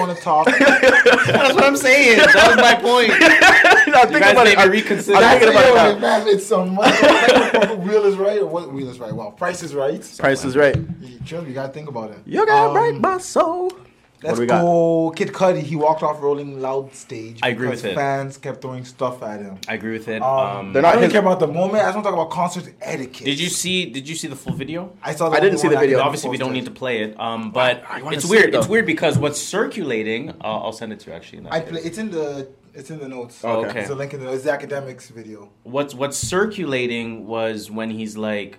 [SPEAKER 4] on the top,
[SPEAKER 2] That's what I'm saying. That was my point.
[SPEAKER 3] I'm
[SPEAKER 2] You
[SPEAKER 3] thinking
[SPEAKER 2] guys
[SPEAKER 3] about it.
[SPEAKER 2] made me
[SPEAKER 3] I'm-
[SPEAKER 2] reconsider.
[SPEAKER 3] I'm thinking about it now.
[SPEAKER 4] man, it's so much. Wheel is right or what? Wheel is right. Wow, price is right.
[SPEAKER 3] Price is right.
[SPEAKER 4] You, trust me, you gotta think about it.
[SPEAKER 3] You gotta
[SPEAKER 4] Um,
[SPEAKER 3] break my soul. What
[SPEAKER 4] Let's
[SPEAKER 3] do we got?
[SPEAKER 4] go, Kid Cudi. He walked off Rolling Loud stage.
[SPEAKER 2] I agree
[SPEAKER 4] because
[SPEAKER 2] with it.
[SPEAKER 4] Fans kept throwing stuff at him.
[SPEAKER 2] I agree with it.
[SPEAKER 4] Um,
[SPEAKER 2] Um,
[SPEAKER 3] They're
[SPEAKER 4] I
[SPEAKER 3] not
[SPEAKER 4] don't
[SPEAKER 3] his-
[SPEAKER 4] care about the moment. I just want to talk about concert etiquette.
[SPEAKER 2] did you see? Did you see the full video?
[SPEAKER 4] I saw.
[SPEAKER 3] I didn't
[SPEAKER 4] only
[SPEAKER 3] see
[SPEAKER 4] one
[SPEAKER 3] the
[SPEAKER 4] that
[SPEAKER 3] video.
[SPEAKER 4] they
[SPEAKER 2] Obviously, we don't need
[SPEAKER 4] posted.
[SPEAKER 2] to play it. Um, but
[SPEAKER 3] I wanna
[SPEAKER 2] it's
[SPEAKER 3] see
[SPEAKER 2] weird.
[SPEAKER 3] it,
[SPEAKER 2] it's
[SPEAKER 3] though.
[SPEAKER 2] weird because what's circulating. Uh, I'll send it to you actually. in that
[SPEAKER 4] I
[SPEAKER 2] case.
[SPEAKER 4] play. It's in the. It's in the notes.
[SPEAKER 3] Oh, okay.
[SPEAKER 4] It's a link in the. It's the academics video.
[SPEAKER 2] what's what's circulating was when he's like,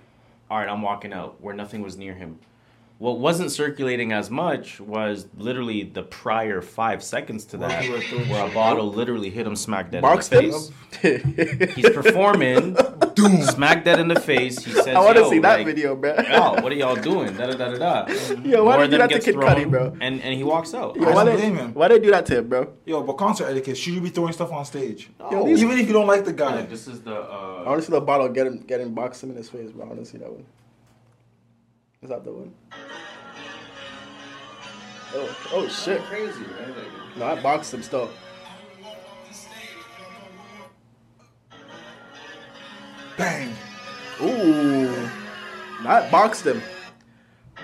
[SPEAKER 2] "All right, I'm walking out," where nothing was near him. What wasn't circulating as much was literally the prior five seconds to that,
[SPEAKER 4] Where he was
[SPEAKER 2] where a bottle literally hit him smack dead in
[SPEAKER 3] Buxton?
[SPEAKER 2] the face. He's performing, doom, smack dead in the face. He says,
[SPEAKER 3] I want to
[SPEAKER 2] "Yo,
[SPEAKER 3] see that
[SPEAKER 2] like,
[SPEAKER 3] video, bro.
[SPEAKER 2] Yo, what are y'all doing? Da da da da da.
[SPEAKER 3] Yo, why
[SPEAKER 2] More
[SPEAKER 3] did
[SPEAKER 2] of
[SPEAKER 3] you do that
[SPEAKER 2] them
[SPEAKER 3] to
[SPEAKER 2] gets
[SPEAKER 3] Kid
[SPEAKER 2] thrown,
[SPEAKER 3] Cudi, bro?
[SPEAKER 2] And and he walks out.
[SPEAKER 3] Yo, why,
[SPEAKER 4] don't
[SPEAKER 3] they,
[SPEAKER 4] blame him.
[SPEAKER 3] why they do that to him, bro?
[SPEAKER 4] Yo, but concert etiquette. Should you be throwing stuff on stage?
[SPEAKER 3] Yo, these-
[SPEAKER 4] Even if you don't like the guy.
[SPEAKER 2] This is the.
[SPEAKER 3] I
[SPEAKER 2] Uh,
[SPEAKER 3] want to see the bottle get him, get him, box him in his face, bro. I want to see that one. Is that the one? Oh, oh shit!
[SPEAKER 2] crazy, right? Like,
[SPEAKER 3] No, I boxed him still.
[SPEAKER 4] Bang.
[SPEAKER 3] Ooh, not boxed him.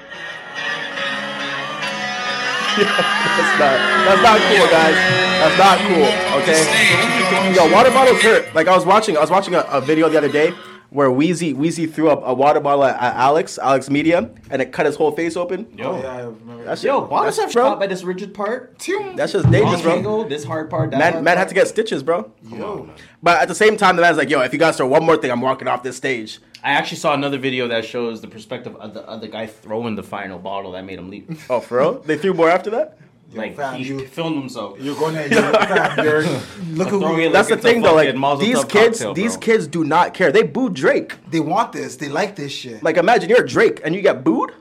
[SPEAKER 3] that's not. That's not cool, guys. That's not cool. Okay. Yo, water bottles hurt. Like I was watching. I was watching a, a video the other day where Wheezy Wheezy threw up a water bottle at, at Alex Alex Media and it cut his whole face open.
[SPEAKER 2] yo,
[SPEAKER 4] Oh, yeah, I remember.
[SPEAKER 3] That's
[SPEAKER 2] Yo, bottles
[SPEAKER 3] That's-
[SPEAKER 2] have
[SPEAKER 3] bro.
[SPEAKER 2] shot by this rigid part.
[SPEAKER 3] That's just dangerous,
[SPEAKER 2] Long
[SPEAKER 3] bro.
[SPEAKER 2] angle, this hard part. That
[SPEAKER 3] Man,
[SPEAKER 2] hard
[SPEAKER 3] man
[SPEAKER 2] part.
[SPEAKER 3] had to get stitches, bro.
[SPEAKER 4] Yo.
[SPEAKER 3] But at the same time, the man's like, "Yo, if you guys throw one more thing, I'm walking off this stage."
[SPEAKER 2] I actually saw another video that shows the perspective of the other guy throwing the final bottle that made him leap.
[SPEAKER 3] Oh, for real? they threw more after that.
[SPEAKER 2] like
[SPEAKER 4] fam,
[SPEAKER 2] he
[SPEAKER 4] you-
[SPEAKER 2] filmed himself.
[SPEAKER 4] You're going to. You're, fam, you're, look at
[SPEAKER 2] throwing it
[SPEAKER 4] who.
[SPEAKER 2] like
[SPEAKER 3] That's the
[SPEAKER 2] it's a
[SPEAKER 3] thing, though. Like
[SPEAKER 2] fucking Mazel
[SPEAKER 3] these
[SPEAKER 2] Tov
[SPEAKER 3] kids,
[SPEAKER 2] cocktail,
[SPEAKER 3] these
[SPEAKER 2] bro.
[SPEAKER 3] kids do not care. They boo Drake.
[SPEAKER 4] They want this. They like this shit.
[SPEAKER 3] Like, imagine you're Drake and you get booed.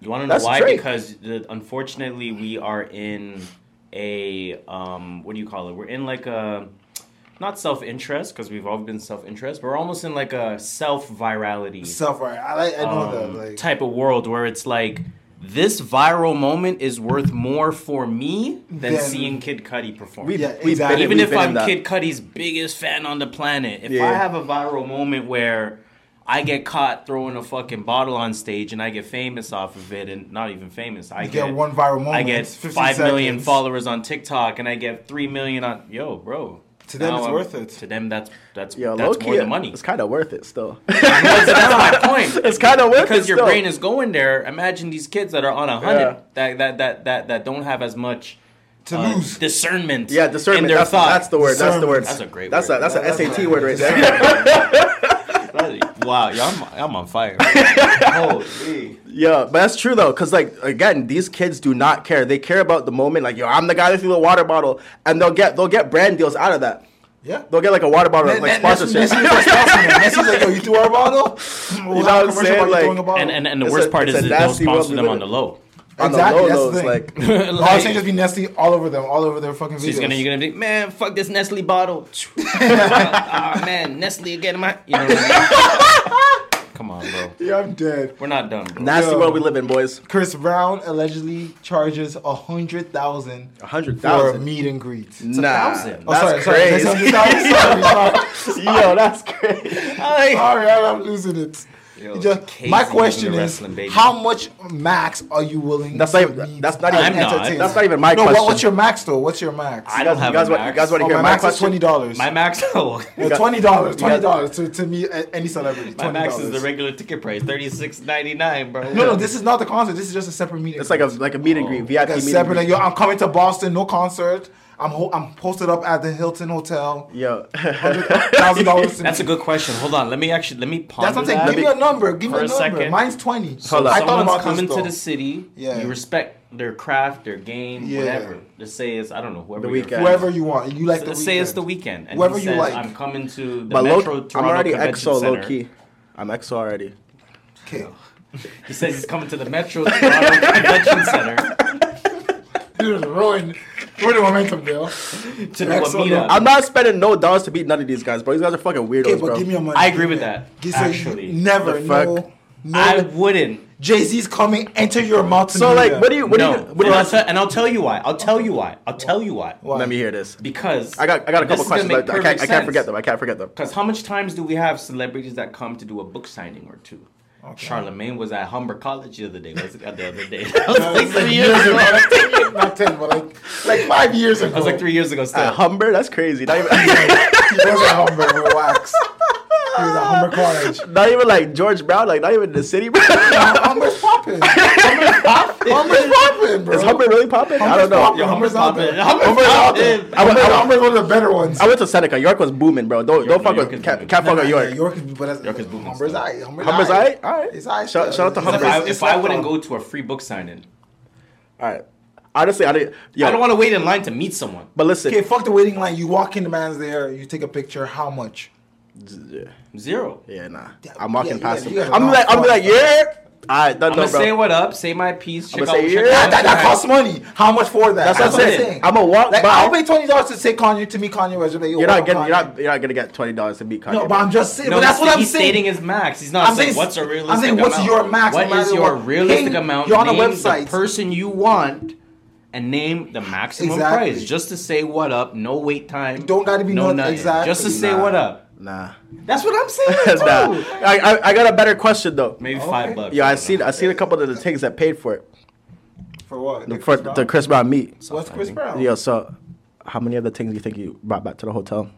[SPEAKER 2] You want to know
[SPEAKER 3] That's
[SPEAKER 2] why?
[SPEAKER 3] Drake.
[SPEAKER 2] Because the, unfortunately, we are in a um, what do you call it? We're in like a not self interest because we've all been self interest. We're almost in like a self virality
[SPEAKER 4] Stuff right. I like. I know
[SPEAKER 2] um,
[SPEAKER 4] that. Like.
[SPEAKER 2] type of world where it's like this viral moment is worth more for me than
[SPEAKER 4] Than-
[SPEAKER 2] seeing Kid Cudi perform.
[SPEAKER 3] We,
[SPEAKER 4] Yeah,
[SPEAKER 3] we've
[SPEAKER 4] exactly.
[SPEAKER 3] been,
[SPEAKER 2] Even
[SPEAKER 3] we've
[SPEAKER 2] if
[SPEAKER 3] been in
[SPEAKER 2] I'm
[SPEAKER 3] that.
[SPEAKER 2] Kid Cudi's biggest fan on the planet, if I
[SPEAKER 3] Yeah.
[SPEAKER 2] have a viral moment where I get caught throwing a fucking bottle on stage and I get famous off of it, and not even famous, I
[SPEAKER 4] You get one viral moment.
[SPEAKER 2] I get
[SPEAKER 4] it's 50
[SPEAKER 2] five million
[SPEAKER 4] seconds.
[SPEAKER 2] followers on TikTok, and I get three million on yo, bro.
[SPEAKER 4] To them,
[SPEAKER 2] now
[SPEAKER 4] it's worth it.
[SPEAKER 2] To them, that's that's
[SPEAKER 3] Yo,
[SPEAKER 2] that's
[SPEAKER 3] low-key,
[SPEAKER 2] more the money.
[SPEAKER 3] It's kind of worth it, still.
[SPEAKER 2] that's, that's my point.
[SPEAKER 3] it's kind of worth it.
[SPEAKER 2] because your
[SPEAKER 3] still.
[SPEAKER 2] brain is going there. Imagine these kids that are on a hundred
[SPEAKER 3] Yeah.
[SPEAKER 2] that, that that that that don't have as much
[SPEAKER 4] To
[SPEAKER 2] uh,
[SPEAKER 4] lose.
[SPEAKER 2] discernment.
[SPEAKER 3] Yeah, discernment.
[SPEAKER 2] In their
[SPEAKER 3] That's,
[SPEAKER 2] thought.
[SPEAKER 3] that's the word. That's the word.
[SPEAKER 2] That's a great
[SPEAKER 3] That's
[SPEAKER 2] word.
[SPEAKER 3] a that's an
[SPEAKER 4] That's
[SPEAKER 3] SAT
[SPEAKER 4] a-
[SPEAKER 3] word right there.
[SPEAKER 2] That's- Wow, y'all, I'm, I'm on fire. Holy.
[SPEAKER 3] Yeah, but that's true though, because like again, these kids do not care. They care about the moment. Like, yo, I'm the guy that threw the water bottle, and they'll get they'll get brand deals out of that.
[SPEAKER 4] Yeah.
[SPEAKER 3] They'll get like a water bottle
[SPEAKER 4] That-
[SPEAKER 3] like
[SPEAKER 4] that- that's-
[SPEAKER 3] sponsorship.
[SPEAKER 4] that's what's happening. That's what's like, yo, you threw our bottle? Well,
[SPEAKER 3] You know
[SPEAKER 4] how
[SPEAKER 3] what I'm
[SPEAKER 4] commercial
[SPEAKER 3] saying?
[SPEAKER 4] about you
[SPEAKER 3] Like-
[SPEAKER 4] throwing a bottle?
[SPEAKER 2] And, and, and the
[SPEAKER 3] It's
[SPEAKER 2] worst
[SPEAKER 3] a-
[SPEAKER 2] part
[SPEAKER 3] it's
[SPEAKER 2] is
[SPEAKER 3] a
[SPEAKER 2] that they'll
[SPEAKER 3] nasty world
[SPEAKER 2] sponsor
[SPEAKER 3] we
[SPEAKER 2] them
[SPEAKER 3] live
[SPEAKER 2] on
[SPEAKER 3] in.
[SPEAKER 2] the low.
[SPEAKER 3] on the
[SPEAKER 4] Exactly,
[SPEAKER 3] low
[SPEAKER 4] that's the
[SPEAKER 3] lows,
[SPEAKER 4] thing.
[SPEAKER 3] like
[SPEAKER 4] All I'm saying is be nasty all over them, all over their fucking videos.
[SPEAKER 2] She's gonna, you're gonna be, man, fuck this Nestle bottle. Ah man, Nestle again, my. You know what I mean? Come on, bro.
[SPEAKER 4] yeah, I'm dead.
[SPEAKER 2] We're not done, bro.
[SPEAKER 3] nasty
[SPEAKER 4] Yo.
[SPEAKER 3] world we live in, boys.
[SPEAKER 4] Chris Brown allegedly charges a hundred thousand
[SPEAKER 3] A hundred
[SPEAKER 4] for a
[SPEAKER 3] thousand.
[SPEAKER 4] meet and greet.
[SPEAKER 3] Nah, that's
[SPEAKER 2] thousand.
[SPEAKER 4] Oh, sorry, sorry,
[SPEAKER 3] crazy.
[SPEAKER 4] that's a hundred thousand? Sorry, sorry.
[SPEAKER 3] Yo, that's crazy.
[SPEAKER 4] Sorry, I'm losing it.
[SPEAKER 2] Yo,
[SPEAKER 4] You just-
[SPEAKER 2] Casey
[SPEAKER 4] my
[SPEAKER 2] is in the
[SPEAKER 4] question is,
[SPEAKER 2] wrestling, baby.
[SPEAKER 4] how much max are you willing?
[SPEAKER 3] That's
[SPEAKER 4] to
[SPEAKER 3] not even-
[SPEAKER 4] meet
[SPEAKER 3] that's not
[SPEAKER 4] and
[SPEAKER 2] even- I'm not.
[SPEAKER 4] entertain?
[SPEAKER 3] That's not even my
[SPEAKER 4] no,
[SPEAKER 3] question.
[SPEAKER 4] What, what's your max though? What's your max?
[SPEAKER 2] I
[SPEAKER 3] You
[SPEAKER 2] don't
[SPEAKER 3] guys-
[SPEAKER 2] have
[SPEAKER 3] you guys
[SPEAKER 2] a
[SPEAKER 3] want-
[SPEAKER 2] max.
[SPEAKER 3] you guys want
[SPEAKER 4] Oh,
[SPEAKER 3] to hear
[SPEAKER 4] my
[SPEAKER 3] my
[SPEAKER 4] max is
[SPEAKER 3] question?
[SPEAKER 4] twenty dollars.
[SPEAKER 2] My max, oh,
[SPEAKER 4] No,
[SPEAKER 3] got-
[SPEAKER 4] twenty dollars,
[SPEAKER 3] got-
[SPEAKER 4] twenty dollars to, to meet a- any celebrity.
[SPEAKER 2] my
[SPEAKER 4] $20.
[SPEAKER 2] max is the regular ticket price, thirty six ninety nine, bro.
[SPEAKER 4] No, no, this is not the concert. This is just a separate meeting.
[SPEAKER 3] It's like a like a meet and greet, VIP
[SPEAKER 4] Like a
[SPEAKER 3] meet and
[SPEAKER 4] separate.
[SPEAKER 3] greet.
[SPEAKER 4] Like, yo, I'm coming to Boston. No concert. I'm ho- I'm posted up at the Hilton Hotel.
[SPEAKER 3] Yo,
[SPEAKER 4] Thousand dollars.
[SPEAKER 2] That's a good question.Hold on, let me actually let me ponder
[SPEAKER 4] That's what I'm saying.
[SPEAKER 2] that.
[SPEAKER 4] Give me a number. Give me
[SPEAKER 2] For
[SPEAKER 4] a
[SPEAKER 2] a
[SPEAKER 4] number.
[SPEAKER 2] second.
[SPEAKER 4] Mine's twenty.
[SPEAKER 3] Hold up.
[SPEAKER 4] I thought
[SPEAKER 2] Someone's
[SPEAKER 4] about
[SPEAKER 2] coming
[SPEAKER 4] this
[SPEAKER 2] to
[SPEAKER 4] though.
[SPEAKER 2] the city.
[SPEAKER 4] Yeah.
[SPEAKER 2] You respect their craft, their game,
[SPEAKER 4] Yeah.
[SPEAKER 2] whatever. Just say it's I don't know
[SPEAKER 3] The
[SPEAKER 2] whoever your
[SPEAKER 3] weekend.
[SPEAKER 2] friends-
[SPEAKER 4] Whoever you want. You like the
[SPEAKER 2] Let's say it's the
[SPEAKER 4] weekend.
[SPEAKER 2] weekend, and
[SPEAKER 4] Whoever
[SPEAKER 2] he
[SPEAKER 4] you
[SPEAKER 2] says,
[SPEAKER 4] like.
[SPEAKER 2] "I'm coming to the
[SPEAKER 3] but low,
[SPEAKER 2] Metro Toronto
[SPEAKER 3] I'm already
[SPEAKER 2] Convention
[SPEAKER 3] EXO
[SPEAKER 2] Center."
[SPEAKER 3] low key. I'm EXO already.
[SPEAKER 4] Okay.
[SPEAKER 2] He says he's coming to the Metro Toronto Convention Center
[SPEAKER 4] Dude, it's ruined. Where the momentum, Bill?
[SPEAKER 2] to do a
[SPEAKER 4] EXO low-
[SPEAKER 2] meetup.
[SPEAKER 3] I'm not spending no dollars to beat none of these guys, bro. These guys are fucking weirdos,
[SPEAKER 4] Okay, but
[SPEAKER 3] bro.
[SPEAKER 4] give me a money.
[SPEAKER 2] I agree with that,
[SPEAKER 4] Give me-
[SPEAKER 2] actually.
[SPEAKER 4] never.
[SPEAKER 3] The fuck?
[SPEAKER 4] No.
[SPEAKER 2] I
[SPEAKER 4] No.
[SPEAKER 2] wouldn't.
[SPEAKER 4] Jay Z's coming. Enter your mouth.
[SPEAKER 3] so like, what do you? What
[SPEAKER 2] no,
[SPEAKER 3] do you? What do
[SPEAKER 2] and,
[SPEAKER 3] you
[SPEAKER 2] I'll tell- and I'll tell you why. I'll tell you why. I'll tell you why.
[SPEAKER 4] Why?
[SPEAKER 3] Let me hear this.
[SPEAKER 2] Because
[SPEAKER 3] I got I got a couple questions. But I can't I can't forget
[SPEAKER 2] them.
[SPEAKER 3] them. I can't forget them.
[SPEAKER 2] Because how much times do we have celebrities that come to do a book signing or two? Charlemagne was at Humber College the other day. Was it uh, the other day? That was like three years ago.
[SPEAKER 4] Not ten, but like like five years ago.
[SPEAKER 2] That was like three years ago. Still.
[SPEAKER 3] Uh, Humber, that's crazy. Not even,
[SPEAKER 4] He was at Humber with wax. He was at Humber College.
[SPEAKER 3] not even like George Brown, like not even in the city, bro.
[SPEAKER 4] Humber's popping. Humber's popping, bro.
[SPEAKER 3] Is Humber really popping? I don't know.
[SPEAKER 2] Yo, Humber's
[SPEAKER 4] Humber's out
[SPEAKER 2] popping.
[SPEAKER 4] there.
[SPEAKER 2] Humber's
[SPEAKER 4] Humber's out there.
[SPEAKER 2] popping.
[SPEAKER 4] I went- I went- Humber's one of the better ones.
[SPEAKER 3] I went to Seneca. York was booming, bro. Don't don't fuck
[SPEAKER 2] York
[SPEAKER 3] with
[SPEAKER 2] is
[SPEAKER 3] can't,
[SPEAKER 2] booming.
[SPEAKER 3] can't fuck with
[SPEAKER 4] Yeah,
[SPEAKER 3] York.
[SPEAKER 4] York is, but that's,
[SPEAKER 2] York is booming
[SPEAKER 4] Humber's
[SPEAKER 2] still.
[SPEAKER 4] eye. Humber's,
[SPEAKER 3] Humber's
[SPEAKER 4] eye.
[SPEAKER 3] alright, alright.
[SPEAKER 4] It's aight
[SPEAKER 3] Shout-
[SPEAKER 4] still.
[SPEAKER 3] shout out to
[SPEAKER 4] It's
[SPEAKER 2] If
[SPEAKER 3] Humber's.
[SPEAKER 4] like-
[SPEAKER 2] I,
[SPEAKER 4] it's
[SPEAKER 2] if I
[SPEAKER 4] like,
[SPEAKER 2] wouldn't
[SPEAKER 4] um,
[SPEAKER 2] go to a free book signing,
[SPEAKER 3] All right. Honestly, I didn't. Yo,
[SPEAKER 2] I don't want to wait in line to meet someone.
[SPEAKER 3] But listen,
[SPEAKER 4] Okay, fuck the waiting line. You walk in, the man's there. You take a picture. How much?
[SPEAKER 2] Zero.
[SPEAKER 3] yeah, nah. I'm walking
[SPEAKER 4] yeah,
[SPEAKER 3] past
[SPEAKER 4] yeah,
[SPEAKER 3] him.
[SPEAKER 4] you guys are
[SPEAKER 3] I'm like, I'm
[SPEAKER 4] not
[SPEAKER 3] like, yeah. All right, done,
[SPEAKER 2] I'm
[SPEAKER 3] done,
[SPEAKER 2] gonna
[SPEAKER 3] bro.
[SPEAKER 2] say what up, say my piece. Check
[SPEAKER 3] I'ma
[SPEAKER 2] out,
[SPEAKER 3] say,
[SPEAKER 2] check
[SPEAKER 3] yeah,
[SPEAKER 2] out
[SPEAKER 4] That, that, that
[SPEAKER 2] what
[SPEAKER 4] costs money. How much for that?
[SPEAKER 3] That's what I'm saying. I'ma walk
[SPEAKER 4] Like,
[SPEAKER 3] by.
[SPEAKER 4] I'll pay twenty dollars to say Kanye to me Kanye West. Like, yo,
[SPEAKER 3] You're
[SPEAKER 4] what
[SPEAKER 3] not
[SPEAKER 4] up,
[SPEAKER 3] getting. You're
[SPEAKER 4] Kanye?
[SPEAKER 3] not. You're not gonna get twenty dollars to beat Kanye.
[SPEAKER 4] No, but
[SPEAKER 3] bro.
[SPEAKER 4] I'm just saying.
[SPEAKER 2] No,
[SPEAKER 4] but that's
[SPEAKER 2] he's-
[SPEAKER 4] what I'm
[SPEAKER 2] he's
[SPEAKER 4] saying.
[SPEAKER 2] stating his max. He's not
[SPEAKER 4] I'm
[SPEAKER 2] saying
[SPEAKER 4] saying-
[SPEAKER 2] what's a
[SPEAKER 4] I'm
[SPEAKER 2] realistic
[SPEAKER 4] saying, what's
[SPEAKER 2] amount?
[SPEAKER 4] your max,
[SPEAKER 2] What
[SPEAKER 4] no
[SPEAKER 2] is
[SPEAKER 4] matter
[SPEAKER 2] your
[SPEAKER 4] what?
[SPEAKER 2] realistic
[SPEAKER 4] Paying-
[SPEAKER 2] amount?
[SPEAKER 4] you're on a
[SPEAKER 2] name
[SPEAKER 4] website.
[SPEAKER 2] the person you want and name the maximum
[SPEAKER 4] Exactly.
[SPEAKER 2] price just to say what up. No wait time.
[SPEAKER 4] Don't gotta be
[SPEAKER 2] no
[SPEAKER 4] no-
[SPEAKER 2] nothing.
[SPEAKER 4] exactly.
[SPEAKER 2] Just to say
[SPEAKER 3] Nah.
[SPEAKER 2] what up.
[SPEAKER 3] Nah.
[SPEAKER 2] That's what I'm saying. too.
[SPEAKER 3] nah. I, I I got a better question though.
[SPEAKER 2] Maybe five bucks.
[SPEAKER 3] Yeah, I
[SPEAKER 2] don't
[SPEAKER 3] seen
[SPEAKER 2] know.
[SPEAKER 3] I seen a couple of the things that paid for it
[SPEAKER 4] For what? The
[SPEAKER 3] for
[SPEAKER 4] Chris Brown?
[SPEAKER 3] the Chris Brown meet.
[SPEAKER 4] What's Chris Brown?
[SPEAKER 3] Yo, so how many other things you think you brought back to the hotel?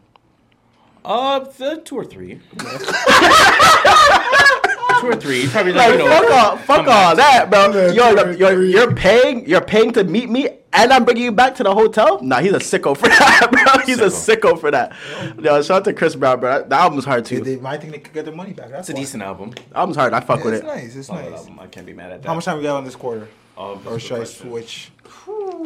[SPEAKER 2] Uh, th- two or three. two or three. You probably like,
[SPEAKER 3] Like,
[SPEAKER 2] you know,
[SPEAKER 3] fuck all, fuck all that, bro.
[SPEAKER 4] Yeah,
[SPEAKER 3] Yo,
[SPEAKER 4] two or
[SPEAKER 3] you're, you're,
[SPEAKER 4] three.
[SPEAKER 3] you're paying, you're paying to meet me, and I'm bringing you back to the hotel. Nah, he's a sicko for that, bro. He's
[SPEAKER 2] Sicko.
[SPEAKER 3] a sicko for that. Yo, shout out to Chris Brown, bro. That album's hard too.
[SPEAKER 4] They might think they could get their money back. That's
[SPEAKER 2] It's a decent album.
[SPEAKER 3] album's hard. I fuck
[SPEAKER 4] Why.
[SPEAKER 3] with
[SPEAKER 4] It's
[SPEAKER 3] it.
[SPEAKER 4] nice. It's
[SPEAKER 2] Solid
[SPEAKER 4] nice.
[SPEAKER 2] album. I can't be mad at that.
[SPEAKER 4] How much time we got on this quarter?
[SPEAKER 2] Oh, that's a
[SPEAKER 4] or
[SPEAKER 2] good
[SPEAKER 4] should I
[SPEAKER 2] question.
[SPEAKER 4] switch?
[SPEAKER 3] My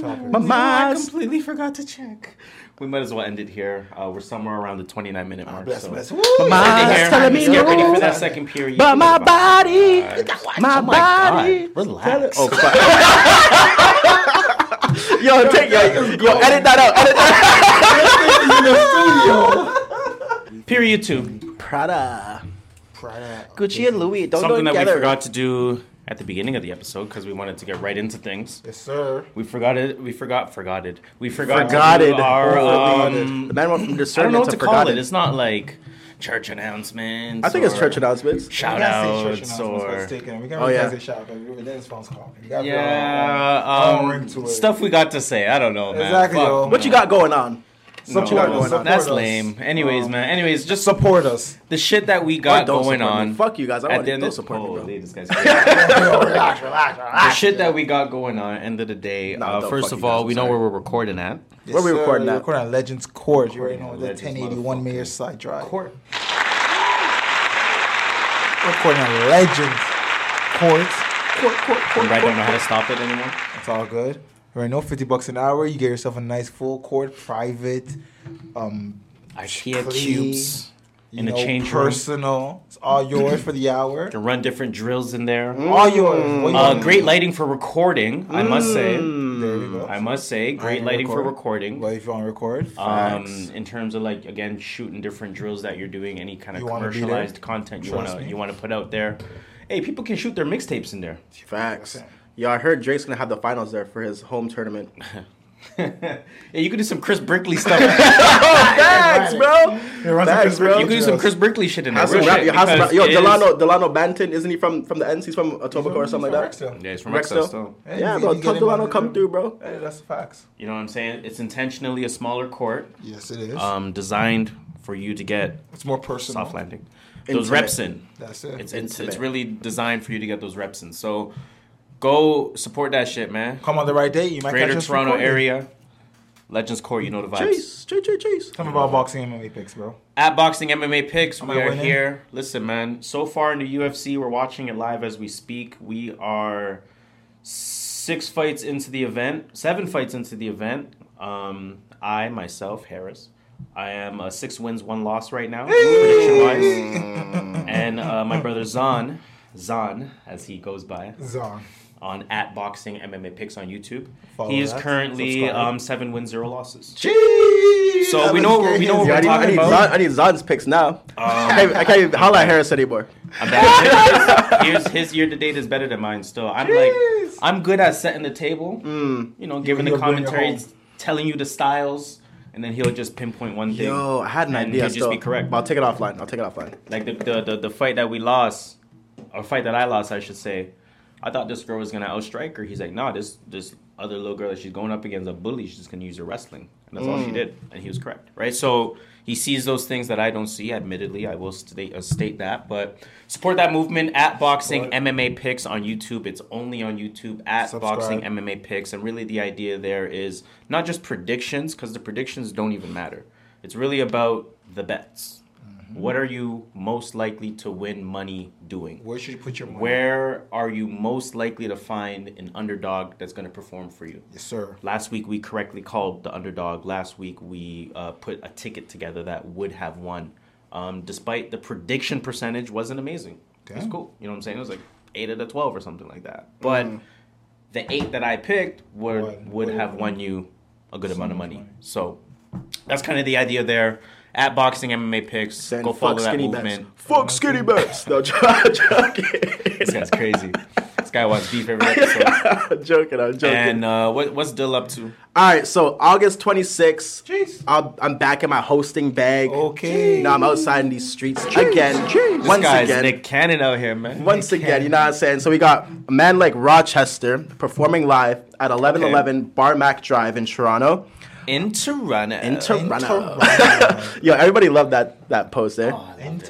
[SPEAKER 4] topics?
[SPEAKER 2] I
[SPEAKER 3] mind's
[SPEAKER 2] completely forgot to check. We might as well end it here. Uh, we're somewhere around the 29 minute mark.
[SPEAKER 4] Bless,
[SPEAKER 2] so.
[SPEAKER 4] bless.
[SPEAKER 2] End
[SPEAKER 4] Woo!
[SPEAKER 3] But
[SPEAKER 2] it
[SPEAKER 3] my-
[SPEAKER 2] here.
[SPEAKER 3] That's telling me
[SPEAKER 2] Get ready
[SPEAKER 3] no.
[SPEAKER 2] for that second period.
[SPEAKER 3] But my body, my
[SPEAKER 2] Oh my God.
[SPEAKER 3] body.
[SPEAKER 2] Relax.
[SPEAKER 3] Oh, fuck. yo, take yo, yo, edit that out. Edit that.
[SPEAKER 2] Period two.
[SPEAKER 3] Prada,
[SPEAKER 4] Prada.
[SPEAKER 3] Gucci, and Louis. Don't go
[SPEAKER 2] Something that we
[SPEAKER 3] together.
[SPEAKER 2] forgot to do at the beginning of the episode because we wanted to get right into things.
[SPEAKER 4] Yes, sir.
[SPEAKER 2] We forgot it. We forgot. Forgot it. We forgot.
[SPEAKER 3] Forgot
[SPEAKER 2] to do
[SPEAKER 3] it.
[SPEAKER 2] Our, um,
[SPEAKER 3] the man went from
[SPEAKER 2] I don't know
[SPEAKER 3] discernment
[SPEAKER 2] what
[SPEAKER 3] to
[SPEAKER 2] to call it.
[SPEAKER 3] forgotten.
[SPEAKER 2] It's not like church announcements.
[SPEAKER 3] I think it's
[SPEAKER 2] or
[SPEAKER 3] church announcements.
[SPEAKER 4] We
[SPEAKER 2] Shout
[SPEAKER 4] gotta say church
[SPEAKER 2] outs
[SPEAKER 4] announcements,
[SPEAKER 2] or
[SPEAKER 4] what's taken. We can't
[SPEAKER 3] Oh,
[SPEAKER 4] really
[SPEAKER 3] yeah.
[SPEAKER 4] say shout out, but we- that is false call. We gotta put our
[SPEAKER 2] Yeah,
[SPEAKER 4] own- our own
[SPEAKER 2] um,
[SPEAKER 4] ring to it.
[SPEAKER 2] stuff we got to say. I don't know, man.
[SPEAKER 4] Exactly,
[SPEAKER 2] Fuck,
[SPEAKER 4] yo.
[SPEAKER 3] What you got going on?
[SPEAKER 4] Something
[SPEAKER 2] man.
[SPEAKER 4] like that. Support
[SPEAKER 2] That's
[SPEAKER 4] us. Um,
[SPEAKER 2] lame. Anyways, man. Anyways, just some
[SPEAKER 4] Support us.
[SPEAKER 2] the shit that we got
[SPEAKER 3] don't
[SPEAKER 2] going
[SPEAKER 3] support me.
[SPEAKER 2] on.
[SPEAKER 3] Fuck you guys. I
[SPEAKER 2] At
[SPEAKER 3] want
[SPEAKER 2] the
[SPEAKER 3] you-
[SPEAKER 2] end
[SPEAKER 3] don't
[SPEAKER 2] of-
[SPEAKER 3] support me, bro.
[SPEAKER 2] Holy, this guy's crazy.
[SPEAKER 4] relax, relax, relax.
[SPEAKER 2] the shit that we got going on. End of the day.
[SPEAKER 3] Nah,
[SPEAKER 2] uh,
[SPEAKER 3] don't
[SPEAKER 2] first
[SPEAKER 3] fuck
[SPEAKER 2] of
[SPEAKER 3] you guys,
[SPEAKER 2] all,
[SPEAKER 3] I'm
[SPEAKER 2] we know
[SPEAKER 3] sorry.
[SPEAKER 2] where we're recording at.
[SPEAKER 3] Where we recording
[SPEAKER 4] We're
[SPEAKER 3] at?
[SPEAKER 4] Recording at Legends Court. You already know
[SPEAKER 2] at
[SPEAKER 4] the
[SPEAKER 2] Legends,
[SPEAKER 4] 1081 Mayor's Side Drive.
[SPEAKER 2] Court.
[SPEAKER 4] Recording a legend. Courts. Court, court, court,
[SPEAKER 2] I
[SPEAKER 4] court,
[SPEAKER 2] don't know how to stop it anymore.
[SPEAKER 4] It's all good. Right now, 50 bucks an hour. You get yourself a nice full court, private, um,
[SPEAKER 2] IKEA
[SPEAKER 4] clean,
[SPEAKER 2] cubes
[SPEAKER 4] you
[SPEAKER 2] in a
[SPEAKER 4] know,
[SPEAKER 2] change room.
[SPEAKER 4] personal. It's all yours for the hour.
[SPEAKER 2] Can run different drills in there.
[SPEAKER 4] All yours. What you
[SPEAKER 2] Uh,
[SPEAKER 4] want?
[SPEAKER 2] great Mm, lighting for recording, I must say.
[SPEAKER 4] There we go.
[SPEAKER 2] I must say, great
[SPEAKER 4] Iron
[SPEAKER 2] lighting for
[SPEAKER 4] record.
[SPEAKER 2] recording.
[SPEAKER 4] Well, if you want to record,
[SPEAKER 2] Um,
[SPEAKER 4] facts.
[SPEAKER 2] in terms of like again shooting different drills that you're doing, any kind of
[SPEAKER 4] You wanna be there?
[SPEAKER 2] commercialized content you
[SPEAKER 4] Trust
[SPEAKER 2] wanna
[SPEAKER 4] me.
[SPEAKER 2] you wanna put out there. Hey, people can shoot their mixtapes in there.
[SPEAKER 3] Facts. Yo, I heard Drake's gonna have the finals there for his home tournament.
[SPEAKER 2] Hey, you could do some Chris Brinkley stuff.
[SPEAKER 3] Facts, bro.
[SPEAKER 4] It runs
[SPEAKER 3] Facts,
[SPEAKER 4] like a
[SPEAKER 3] bro.
[SPEAKER 2] you could do some Chris Brinkley shit in there.
[SPEAKER 3] Have some
[SPEAKER 2] real
[SPEAKER 3] rap-
[SPEAKER 2] shit,
[SPEAKER 3] yo, have some rap-
[SPEAKER 2] because
[SPEAKER 3] yo,
[SPEAKER 2] it is-
[SPEAKER 3] Delano, Delano Banton, isn't he from from the ends? He's from Etobicoke or something like that.
[SPEAKER 4] Yeah,
[SPEAKER 7] Yeah, he's from
[SPEAKER 3] Rexdale.
[SPEAKER 7] Rexdale still.
[SPEAKER 4] Hey,
[SPEAKER 3] yeah,
[SPEAKER 4] you
[SPEAKER 3] bro.
[SPEAKER 4] can get
[SPEAKER 3] Tell
[SPEAKER 4] him
[SPEAKER 3] Delano
[SPEAKER 4] in the-
[SPEAKER 3] come through, bro.
[SPEAKER 4] Hey, that's the facts.
[SPEAKER 2] You know what I'm saying? It's intentionally a smaller court,
[SPEAKER 4] Yes, it is.
[SPEAKER 2] um, designed for you to get
[SPEAKER 4] it's more personal.
[SPEAKER 2] soft landing. Those
[SPEAKER 3] Intimate.
[SPEAKER 2] reps in.
[SPEAKER 4] That's it.
[SPEAKER 2] It's, it's it's
[SPEAKER 3] Intimate.
[SPEAKER 2] really designed for you to get those reps in. So go support that shit, man.
[SPEAKER 4] Come on the right day. You might
[SPEAKER 2] Greater
[SPEAKER 4] catch us
[SPEAKER 2] Toronto
[SPEAKER 4] recording.
[SPEAKER 2] area, Legends Court. You know the vibes.
[SPEAKER 3] Chase, chase, chase, chase.
[SPEAKER 4] Tell me about boxing and MMA picks, bro.
[SPEAKER 2] At Boxing MMA Picks, we
[SPEAKER 4] I
[SPEAKER 2] are
[SPEAKER 4] winning?
[SPEAKER 2] here. Listen, man. So far in the UFC, we're watching it live as we speak. We are six fights into the event, seven fights into the event. Um, I myself, Harris, I am uh, six wins, one loss right now, prediction wise. and uh, my brother Zahn, Zahn, as he goes by,
[SPEAKER 4] Zon.
[SPEAKER 2] on at Boxing MMA Picks on YouTube.
[SPEAKER 4] Follow
[SPEAKER 2] he is
[SPEAKER 4] that,
[SPEAKER 2] currently
[SPEAKER 4] subscribe.
[SPEAKER 2] um, seven wins, zero losses.
[SPEAKER 4] Jeez.
[SPEAKER 2] So we know we know what
[SPEAKER 3] Yeah, I
[SPEAKER 2] we're
[SPEAKER 3] need, I
[SPEAKER 2] talking
[SPEAKER 3] need,
[SPEAKER 2] about. Uh,
[SPEAKER 3] Zon, I need Zon's picks now. I can't, I can't even holler at Harris anymore.
[SPEAKER 2] Imagine. his, his year to date is better than mine. Still, I'm like, I'm good at setting the table. You know, giving the
[SPEAKER 4] you'll Hmm. bring it
[SPEAKER 2] commentaries,
[SPEAKER 4] home.
[SPEAKER 2] telling you the styles, and then he'll just pinpoint one thing.
[SPEAKER 3] Yo, I had an
[SPEAKER 2] and
[SPEAKER 3] idea.
[SPEAKER 2] He'll just
[SPEAKER 3] still.
[SPEAKER 2] be correct.
[SPEAKER 3] But I'll take it offline. I'll take it offline.
[SPEAKER 2] Like the the, the the fight that we lost, or fight that I lost, I should say. I thought this girl was gonna outstrike her. He's like, nah, this this other little girl that she's going up against a bully. She's just gonna use her wrestling, and that's all she did. And he was correct, right? So he sees those things that I don't see. Admittedly, I will state uh, state that, but support that movement at Boxing MMA Picks on YouTube. It's only on YouTube at
[SPEAKER 4] Subscribe.
[SPEAKER 2] Boxing MMA Picks, and really the idea there is not just predictions because the predictions don't even matter. It's really about the bets. What are you most likely to win money doing?
[SPEAKER 4] Where should you put your money?
[SPEAKER 2] Where are you most likely to find an underdog that's going to perform for you?
[SPEAKER 4] Yes, sir.
[SPEAKER 2] Last week we correctly called the underdog. Last week we uh, put a ticket together that would have won. Um, despite the prediction percentage wasn't amazing. It's
[SPEAKER 4] Damn.
[SPEAKER 2] cool. You know what I'm saying? It was like eight out of twelve or something like that. But
[SPEAKER 3] Mm.
[SPEAKER 2] the eight that I picked would
[SPEAKER 4] Would-
[SPEAKER 2] would have won you a good amount of money. So that's kind of the idea there. At boxing MMA picks,
[SPEAKER 3] Then
[SPEAKER 2] go follow that movement.
[SPEAKER 3] backs. Fuck skinny backs. No, I'm joking.
[SPEAKER 2] This guy's crazy. this guy wants beef every episode.
[SPEAKER 3] I'm joking. I'm joking.
[SPEAKER 2] and uh, what, what's Dill up to?
[SPEAKER 3] All right, so August 26th,
[SPEAKER 4] Jeez.
[SPEAKER 3] I'll, I'm back in my hosting bag.
[SPEAKER 4] Okay.
[SPEAKER 3] Now I'm outside in these streets again.
[SPEAKER 2] This
[SPEAKER 3] Once
[SPEAKER 2] guy's
[SPEAKER 3] again.
[SPEAKER 2] Nick Cannon out here, man.
[SPEAKER 3] Once again, you know what I'm saying? So we got a man like Rochester performing live at 1111 Barmac Drive in Toronto. Uh,
[SPEAKER 2] In Toronto.
[SPEAKER 3] In Toronto.
[SPEAKER 4] Toronto.
[SPEAKER 3] Yo, everybody loved that, that post there.